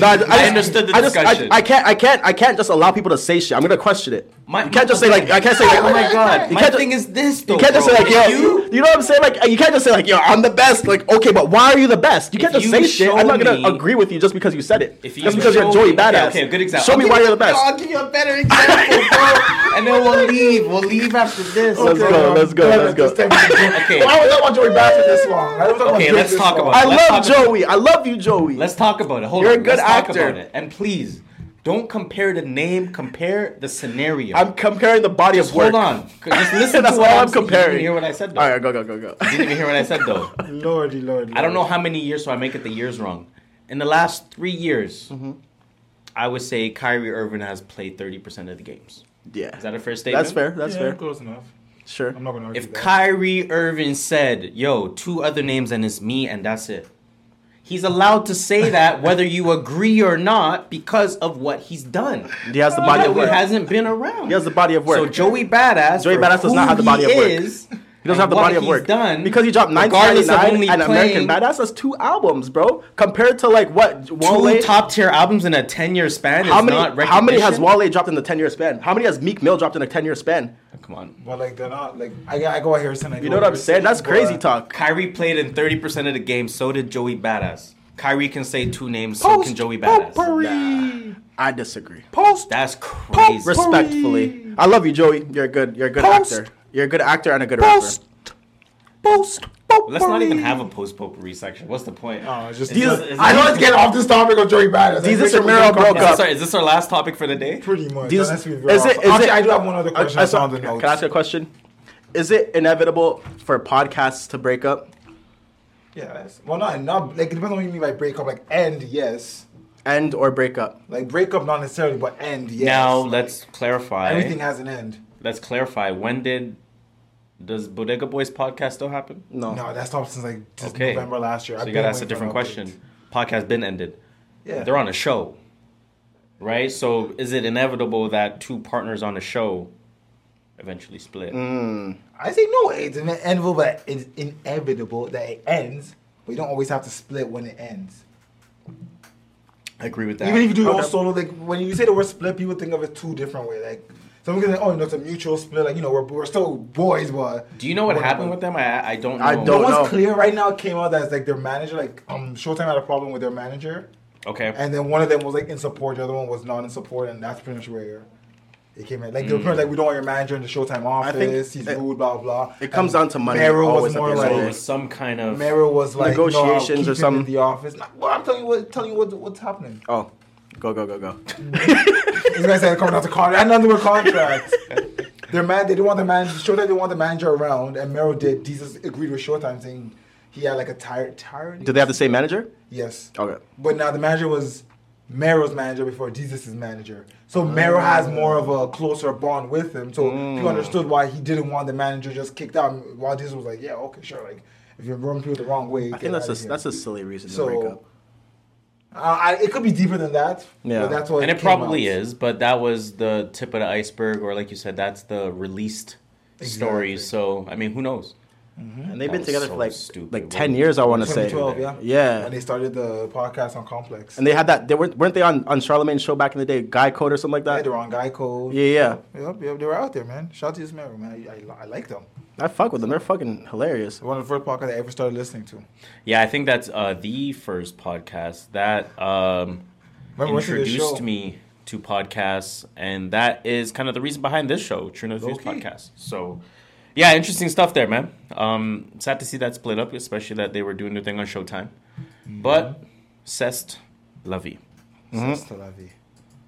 [SPEAKER 3] No, I, just-
[SPEAKER 2] understood the
[SPEAKER 3] I just- I-
[SPEAKER 2] discussion.
[SPEAKER 3] I, can't. I can't. I can't just allow people to say shit. I'm gonna question it.
[SPEAKER 2] My-
[SPEAKER 3] you can't just say like. I can't say like.
[SPEAKER 2] Oh my god!
[SPEAKER 3] You
[SPEAKER 2] My
[SPEAKER 3] can't, ju-
[SPEAKER 2] thing is this though.
[SPEAKER 3] you can't just say
[SPEAKER 2] bro.
[SPEAKER 3] like yo.
[SPEAKER 2] If you
[SPEAKER 3] You, know what I'm saying? Like you can't just say like yo. I'm the best. Like okay, but why are you the best? You can't
[SPEAKER 2] If
[SPEAKER 3] just
[SPEAKER 2] you
[SPEAKER 3] say shit.
[SPEAKER 2] show
[SPEAKER 3] I'm not gonna
[SPEAKER 2] me-
[SPEAKER 3] agree with you just because you said it.
[SPEAKER 2] If you
[SPEAKER 3] just because you're
[SPEAKER 2] show
[SPEAKER 3] Joey
[SPEAKER 2] me-
[SPEAKER 3] Badass.
[SPEAKER 2] Okay, okay, good example.
[SPEAKER 3] Show me
[SPEAKER 2] I'll
[SPEAKER 3] why
[SPEAKER 2] give
[SPEAKER 3] you're the best.
[SPEAKER 2] No, I'll give you a better example, bro. and then we'll leave. We'll leave after this.
[SPEAKER 3] Let's
[SPEAKER 4] Okay,
[SPEAKER 3] go.
[SPEAKER 4] um,
[SPEAKER 3] Let's go.
[SPEAKER 4] yeah,
[SPEAKER 3] Let's
[SPEAKER 4] just
[SPEAKER 3] go.
[SPEAKER 4] take it.
[SPEAKER 2] Okay.
[SPEAKER 4] Why was I on Joey Badass this long? I was talking
[SPEAKER 2] Okay,
[SPEAKER 4] about
[SPEAKER 2] let's
[SPEAKER 4] this
[SPEAKER 2] talk
[SPEAKER 4] long.
[SPEAKER 2] about
[SPEAKER 3] I
[SPEAKER 2] Let's
[SPEAKER 3] love
[SPEAKER 2] talk about-
[SPEAKER 3] Joey. I love you, Joey.
[SPEAKER 2] Let's talk about it. Hold
[SPEAKER 3] You're a
[SPEAKER 2] on.
[SPEAKER 3] good
[SPEAKER 2] Let's
[SPEAKER 3] actor.
[SPEAKER 2] talk about it. And please, don't compare the name. Compare the scenario.
[SPEAKER 3] I'm comparing the body of work.
[SPEAKER 2] Hold on. C- Just listen
[SPEAKER 3] That's
[SPEAKER 2] to what
[SPEAKER 3] all
[SPEAKER 2] I'm,
[SPEAKER 3] I'm
[SPEAKER 2] saying. You
[SPEAKER 3] comparing.
[SPEAKER 2] didn't hear what I said though.
[SPEAKER 3] All right, go go go go.
[SPEAKER 2] You didn't even hear what I said though.
[SPEAKER 4] Lordy, lordy.
[SPEAKER 2] I don't know
[SPEAKER 4] lordy.
[SPEAKER 2] how many years, so I make it the years wrong. In the last three years,
[SPEAKER 3] Mm-hmm.
[SPEAKER 2] I would say Kyrie Irving has played 30% of the games.
[SPEAKER 3] Yeah.
[SPEAKER 2] Is that a fair statement?
[SPEAKER 3] That's fair. That's
[SPEAKER 4] Yeah,
[SPEAKER 3] fair.
[SPEAKER 4] Close enough.
[SPEAKER 3] Sure.
[SPEAKER 4] I'm not gonna argue
[SPEAKER 2] If
[SPEAKER 4] that.
[SPEAKER 2] Kyrie Irving said, "Yo, two other names and it's me and that's it," he's allowed to say that whether you agree or not because of what he's done.
[SPEAKER 3] He has the body
[SPEAKER 2] That
[SPEAKER 3] of
[SPEAKER 2] he
[SPEAKER 3] work.
[SPEAKER 2] hasn't been around.
[SPEAKER 3] He has the body of work.
[SPEAKER 2] So Joey Badass.
[SPEAKER 3] Joey
[SPEAKER 2] for
[SPEAKER 3] Badass does
[SPEAKER 2] who
[SPEAKER 3] not have the body
[SPEAKER 2] he
[SPEAKER 3] of work.
[SPEAKER 2] Is,
[SPEAKER 3] He doesn't have the body of work.
[SPEAKER 2] Done
[SPEAKER 3] because he dropped
[SPEAKER 2] regardless of
[SPEAKER 3] 1999
[SPEAKER 2] only
[SPEAKER 3] and American
[SPEAKER 2] playing
[SPEAKER 3] Badass. That's two albums, bro. Compared to like what Wale.
[SPEAKER 2] Two top tier albums in a ten year span. Is
[SPEAKER 3] how many?
[SPEAKER 2] Not
[SPEAKER 3] How many has
[SPEAKER 2] recognition?
[SPEAKER 3] Wale dropped in the 10 year span? How many has Meek Mill dropped in a 10 year span?
[SPEAKER 2] Come on.
[SPEAKER 4] But like they're not like I, go- I go out here and I
[SPEAKER 3] You know what I'm saying? That's crazy talk.
[SPEAKER 2] Kyrie played in thirty percent of the game. So did Joey Badass. Kyrie can say two names. so can Joey Badass.
[SPEAKER 4] Potpourri.
[SPEAKER 3] I disagree.
[SPEAKER 4] Post.
[SPEAKER 2] That's crazy.
[SPEAKER 3] Respectfully, I love you, Joey. You're a good. You're a good
[SPEAKER 4] Post.
[SPEAKER 3] actor. You're a good actor and a good
[SPEAKER 4] Post.
[SPEAKER 3] rapper.
[SPEAKER 4] Post.
[SPEAKER 2] Let's not even have a post potpourri section. What's the point?
[SPEAKER 4] Oh, it's just,
[SPEAKER 3] Jesus-
[SPEAKER 2] Is
[SPEAKER 4] I
[SPEAKER 2] this-
[SPEAKER 4] know it's getting off this topic of Joey Badass.
[SPEAKER 3] Jesus Romero broke
[SPEAKER 2] is, this
[SPEAKER 3] up.
[SPEAKER 2] our, is this our last topic for the day?
[SPEAKER 4] Pretty much.
[SPEAKER 3] Jesus-
[SPEAKER 4] unless we veer
[SPEAKER 3] is it-
[SPEAKER 4] off.
[SPEAKER 3] is
[SPEAKER 4] Actually,
[SPEAKER 3] it-
[SPEAKER 4] I do have one
[SPEAKER 2] Uh,
[SPEAKER 4] other
[SPEAKER 3] I-
[SPEAKER 4] question.
[SPEAKER 3] I
[SPEAKER 4] I,
[SPEAKER 3] saw-
[SPEAKER 4] on the
[SPEAKER 3] can
[SPEAKER 4] notes.
[SPEAKER 3] I ask you a question? Is it inevitable for podcasts to break up?
[SPEAKER 4] Yeah. that's- Well, not enough. Like it depends on what you mean by break up. Like end, yes.
[SPEAKER 3] End or break up?
[SPEAKER 4] Like break up, not necessarily, but end, yes.
[SPEAKER 2] Now let's clarify.
[SPEAKER 4] everything has an end.
[SPEAKER 2] Let's clarify. When did does Bodega Boys podcast still happen?
[SPEAKER 3] No.
[SPEAKER 4] No, that stopped since like just
[SPEAKER 2] Oh. Okay.
[SPEAKER 4] November last year.
[SPEAKER 2] So
[SPEAKER 4] I've
[SPEAKER 2] you
[SPEAKER 4] been
[SPEAKER 2] gotta ask a
[SPEAKER 4] waiting for
[SPEAKER 2] different
[SPEAKER 4] an
[SPEAKER 2] question. Podcast been ended.
[SPEAKER 4] update. Yeah.
[SPEAKER 2] They're on a show, right? So is it inevitable that two partners on a show eventually split?
[SPEAKER 4] Mm. I say no. It's inevitable, but it's inevitable that it ends. But you don't always have to split when it ends.
[SPEAKER 2] I agree with that.
[SPEAKER 4] Even if you do your own
[SPEAKER 3] Okay.
[SPEAKER 4] solo, like when you say the word split, people think of it two different way. Like some people think, oh, you know, it's a mutual split. Like you know, we're, we're still boys, but
[SPEAKER 2] do you know what
[SPEAKER 4] whatever.
[SPEAKER 2] happened with them? I I don't. Know.
[SPEAKER 3] I
[SPEAKER 4] No
[SPEAKER 3] don't
[SPEAKER 4] one's
[SPEAKER 3] know.
[SPEAKER 4] clear right now. It came out that it's like their manager, like um, Showtime had a problem with their manager,
[SPEAKER 2] Okay.
[SPEAKER 4] and then one of them was like in support, the other one was not in support, and that's pretty much where it came in. Like they were pretty much like, we don't want your manager in the Showtime office.
[SPEAKER 3] Mm. think
[SPEAKER 4] He's
[SPEAKER 3] it-
[SPEAKER 4] rude, blah blah.
[SPEAKER 3] it comes down to money,
[SPEAKER 4] Meryl
[SPEAKER 3] always
[SPEAKER 4] was
[SPEAKER 3] at
[SPEAKER 4] more
[SPEAKER 3] the end of the
[SPEAKER 2] so it
[SPEAKER 3] day.
[SPEAKER 4] like
[SPEAKER 2] was some kind of
[SPEAKER 4] Meryl was like no, I'll
[SPEAKER 3] Negotiations
[SPEAKER 4] keep
[SPEAKER 3] or
[SPEAKER 4] him
[SPEAKER 3] something.
[SPEAKER 4] in the office. Nah, well, I'm telling you what, telling you what, what's happening.
[SPEAKER 3] Oh, go go go go.
[SPEAKER 4] This guy said coming out to contract. Another word contract. Their man, they didn't want the man. Showtime didn't want the manager around, and Meryl did. Jesus agreed with Showtime, saying he had like a tired, tired.
[SPEAKER 3] Do they have the same manager?
[SPEAKER 4] Yes.
[SPEAKER 3] Okay.
[SPEAKER 4] But now the manager was Meryl's manager before Jesus' manager. So Meryl has
[SPEAKER 3] Ah.
[SPEAKER 4] more of a closer bond with him. So
[SPEAKER 3] Mm.
[SPEAKER 4] he understood why he didn't want the manager just kicked out. While Jesus was like, yeah, okay, sure. Like, if you're running people the wrong way,
[SPEAKER 3] I think that's a that's a silly reason to break up.
[SPEAKER 4] So, uh, I, it could be deeper than that.
[SPEAKER 3] Yeah.
[SPEAKER 4] But that's what
[SPEAKER 2] and it
[SPEAKER 4] came
[SPEAKER 2] probably
[SPEAKER 4] out.
[SPEAKER 2] is but that was the tip of the iceberg or like you said that's the released story
[SPEAKER 4] Exactly.
[SPEAKER 2] so i mean who knows
[SPEAKER 3] And they've
[SPEAKER 2] That
[SPEAKER 3] been
[SPEAKER 2] was
[SPEAKER 3] together
[SPEAKER 2] so
[SPEAKER 3] for like
[SPEAKER 2] stupid.
[SPEAKER 3] like ten years, I want to say.
[SPEAKER 4] 2012, yeah.
[SPEAKER 3] Yeah.
[SPEAKER 4] When they started the podcast on Complex.
[SPEAKER 3] And they had that. They weren't weren't they on on Charlemagne's show back in the day, Guy Code or something like
[SPEAKER 4] they had
[SPEAKER 3] that?
[SPEAKER 4] the wrong guy code.
[SPEAKER 3] Yeah, yeah.
[SPEAKER 4] Yep, yep, they were out there, man. Shout out to this man, man. I, I, I like them.
[SPEAKER 3] I fuck with them. They're fucking hilarious.
[SPEAKER 4] One of the first podcasts I ever started listening to.
[SPEAKER 2] yeah i think that's uh the first podcast that um
[SPEAKER 4] Remember watching this show?
[SPEAKER 2] introduced me to podcasts and that is kind of the reason behind this show true north Views
[SPEAKER 4] Low-key.
[SPEAKER 2] podcast so yeah interesting stuff there man um sad to see that split up especially that they were doing their thing on showtime
[SPEAKER 4] Mm-hmm.
[SPEAKER 2] but cest lovey
[SPEAKER 4] Says Tel Aviv.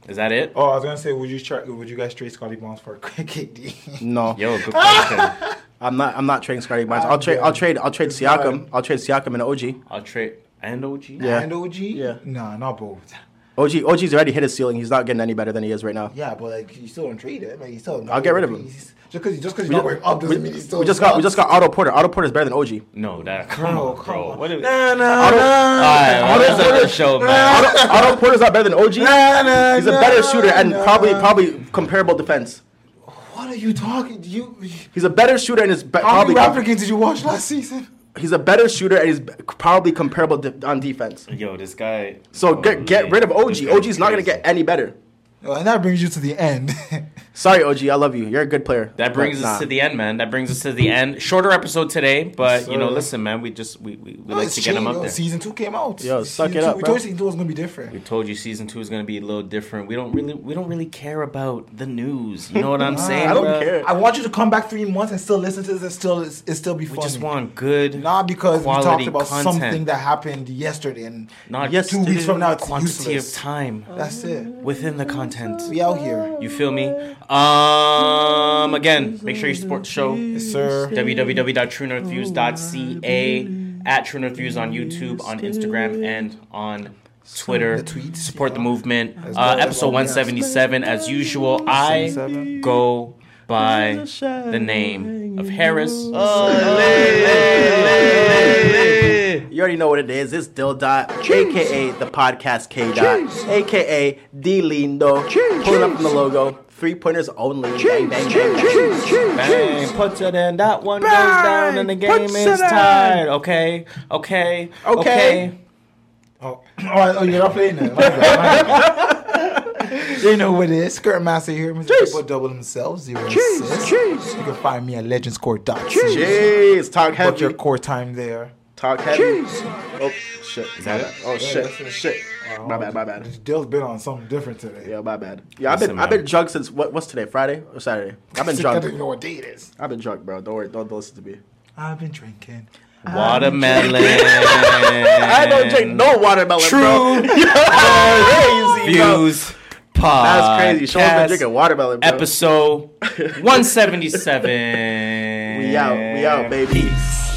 [SPEAKER 2] is that it
[SPEAKER 4] Oh, I was gonna say, would you try, would you guys trade Scotty Barnes for a quick KD?
[SPEAKER 3] No,
[SPEAKER 2] yo good question
[SPEAKER 3] I'm not. I'm not trading Scotty Barnes. I'll trade. I'll trade. I'll trade Siakam. I'll trade Siakam and OG.
[SPEAKER 2] I'll trade and OG.
[SPEAKER 3] Yeah.
[SPEAKER 4] And OG?
[SPEAKER 3] Yeah.
[SPEAKER 4] Nah, not both.
[SPEAKER 3] OG. OG's already hit his ceiling. He's not getting any better than he is right now.
[SPEAKER 4] Yeah, but like you still don't trade him. Like, you still
[SPEAKER 3] I'll get rid of him.
[SPEAKER 4] Just because just because
[SPEAKER 3] We
[SPEAKER 4] you're not
[SPEAKER 3] ju-
[SPEAKER 4] going up doesn't
[SPEAKER 3] we-
[SPEAKER 4] mean he's still.
[SPEAKER 3] we just got. We just got Otto Porter. Otto Porter's better than OG.
[SPEAKER 2] No, that come
[SPEAKER 4] Bro,
[SPEAKER 2] on,
[SPEAKER 4] come
[SPEAKER 2] bro.
[SPEAKER 4] on.
[SPEAKER 2] What is
[SPEAKER 4] Nah, nah,
[SPEAKER 3] Otto,
[SPEAKER 2] Alright, well,
[SPEAKER 3] Otto
[SPEAKER 2] that's not
[SPEAKER 3] Porter-
[SPEAKER 2] the show, man.
[SPEAKER 3] Otto, Otto Porter's not better than OG.
[SPEAKER 4] Nah, nah,
[SPEAKER 3] He's a
[SPEAKER 4] nah,
[SPEAKER 3] better shooter and
[SPEAKER 4] nah.
[SPEAKER 3] probably probably comparable defense.
[SPEAKER 4] What are you talking? You
[SPEAKER 3] He's a better shooter and is be-
[SPEAKER 4] how many
[SPEAKER 3] probably
[SPEAKER 4] Raptor games did you watch last season?
[SPEAKER 3] he's a better shooter and is probably comparable de- on defense.
[SPEAKER 2] Yo, this guy. Oh,
[SPEAKER 3] So get get rid of OG. OG's not gonna get any better.
[SPEAKER 4] Well, Oh, and that brings you to the end.
[SPEAKER 3] Sorry, OG. I love you. You're a good player.
[SPEAKER 2] That brings
[SPEAKER 3] But
[SPEAKER 2] us
[SPEAKER 3] nah.
[SPEAKER 2] to the end, man. That brings us to the end. Shorter episode today, but you know,
[SPEAKER 4] Sir.
[SPEAKER 2] listen, man. We just we we, we like
[SPEAKER 4] It's
[SPEAKER 2] to get him
[SPEAKER 4] changed,
[SPEAKER 2] up
[SPEAKER 4] yo.
[SPEAKER 2] there.
[SPEAKER 4] Season two came out.
[SPEAKER 3] Yo, suck
[SPEAKER 4] Season
[SPEAKER 3] it
[SPEAKER 4] two-
[SPEAKER 3] up,
[SPEAKER 4] We
[SPEAKER 3] bro.
[SPEAKER 4] told you season two was gonna be different.
[SPEAKER 2] We told you season two is gonna be a little different. We don't really we don't really care about the news. You know what I'm saying?
[SPEAKER 4] I
[SPEAKER 3] don't
[SPEAKER 2] bruh?
[SPEAKER 3] care.
[SPEAKER 4] I want you to come back three months and still listen to this and still it still be
[SPEAKER 2] We
[SPEAKER 4] funny.
[SPEAKER 2] just want good.
[SPEAKER 4] Not because we talked
[SPEAKER 2] quality
[SPEAKER 4] about
[SPEAKER 2] content.
[SPEAKER 4] something that happened yesterday and
[SPEAKER 2] Not
[SPEAKER 3] Yes,
[SPEAKER 4] two weeks from now it's
[SPEAKER 2] quantity
[SPEAKER 4] useless.
[SPEAKER 2] of time
[SPEAKER 4] That's it.
[SPEAKER 2] within the content.
[SPEAKER 4] We out here.
[SPEAKER 2] You feel me? Um, again, make sure you support the show. Yes,
[SPEAKER 4] sir.
[SPEAKER 2] www.truenorthviews.ca at True North Views on YouTube, on Instagram, and on Twitter.
[SPEAKER 4] The tweets,
[SPEAKER 2] support
[SPEAKER 4] yeah.
[SPEAKER 2] the movement.
[SPEAKER 4] well
[SPEAKER 2] Uh,
[SPEAKER 4] as
[SPEAKER 2] episode
[SPEAKER 4] all the apps.
[SPEAKER 2] 177, as usual. I
[SPEAKER 4] 177.
[SPEAKER 2] go by the name of Harris.
[SPEAKER 3] You already know what it is. It's Dill Dot, aka the podcast K Dot, aka D Lindo, pulling up from the logo. Three pointers only. Bang, bang, bang, bang.
[SPEAKER 2] Bang, put it in. That one goes down, and the game is tied. Okay, okay, okay.
[SPEAKER 4] Oh, oh, oh, you're not playing it. My bad, my bad. you know what it is. Skirt Master here. Mr. Triple Double himself. Zero assists. You can find me at legendscore.ca.
[SPEAKER 3] Jeez, talk
[SPEAKER 4] Put your
[SPEAKER 3] heavy.
[SPEAKER 4] core time there.
[SPEAKER 3] Talk heavy. Oh shit. Is
[SPEAKER 2] that it?
[SPEAKER 3] Oh shit.
[SPEAKER 4] that's it.
[SPEAKER 3] Shit. My bad. My bad.
[SPEAKER 4] Dill's been on something different today.
[SPEAKER 3] Yeah, my bad. Yeah, I've been
[SPEAKER 2] Listen,
[SPEAKER 3] I've been
[SPEAKER 2] man.
[SPEAKER 3] drunk since what, what's today? Friday or Saturday? I've been
[SPEAKER 4] I don't even
[SPEAKER 3] drunk.
[SPEAKER 4] know what day it is.
[SPEAKER 3] I've been drunk, bro. Don't worry. Don't, don't listen to me.
[SPEAKER 4] I've been drinking.
[SPEAKER 2] Watermelon.
[SPEAKER 3] I don't drink no watermelon, bro.
[SPEAKER 2] True
[SPEAKER 3] You're crazy, bro.
[SPEAKER 2] views. Pod.
[SPEAKER 3] That's crazy. Sean's been drinking watermelon, bro.
[SPEAKER 2] Episode 177.
[SPEAKER 3] We out. We out, baby.
[SPEAKER 2] Peace.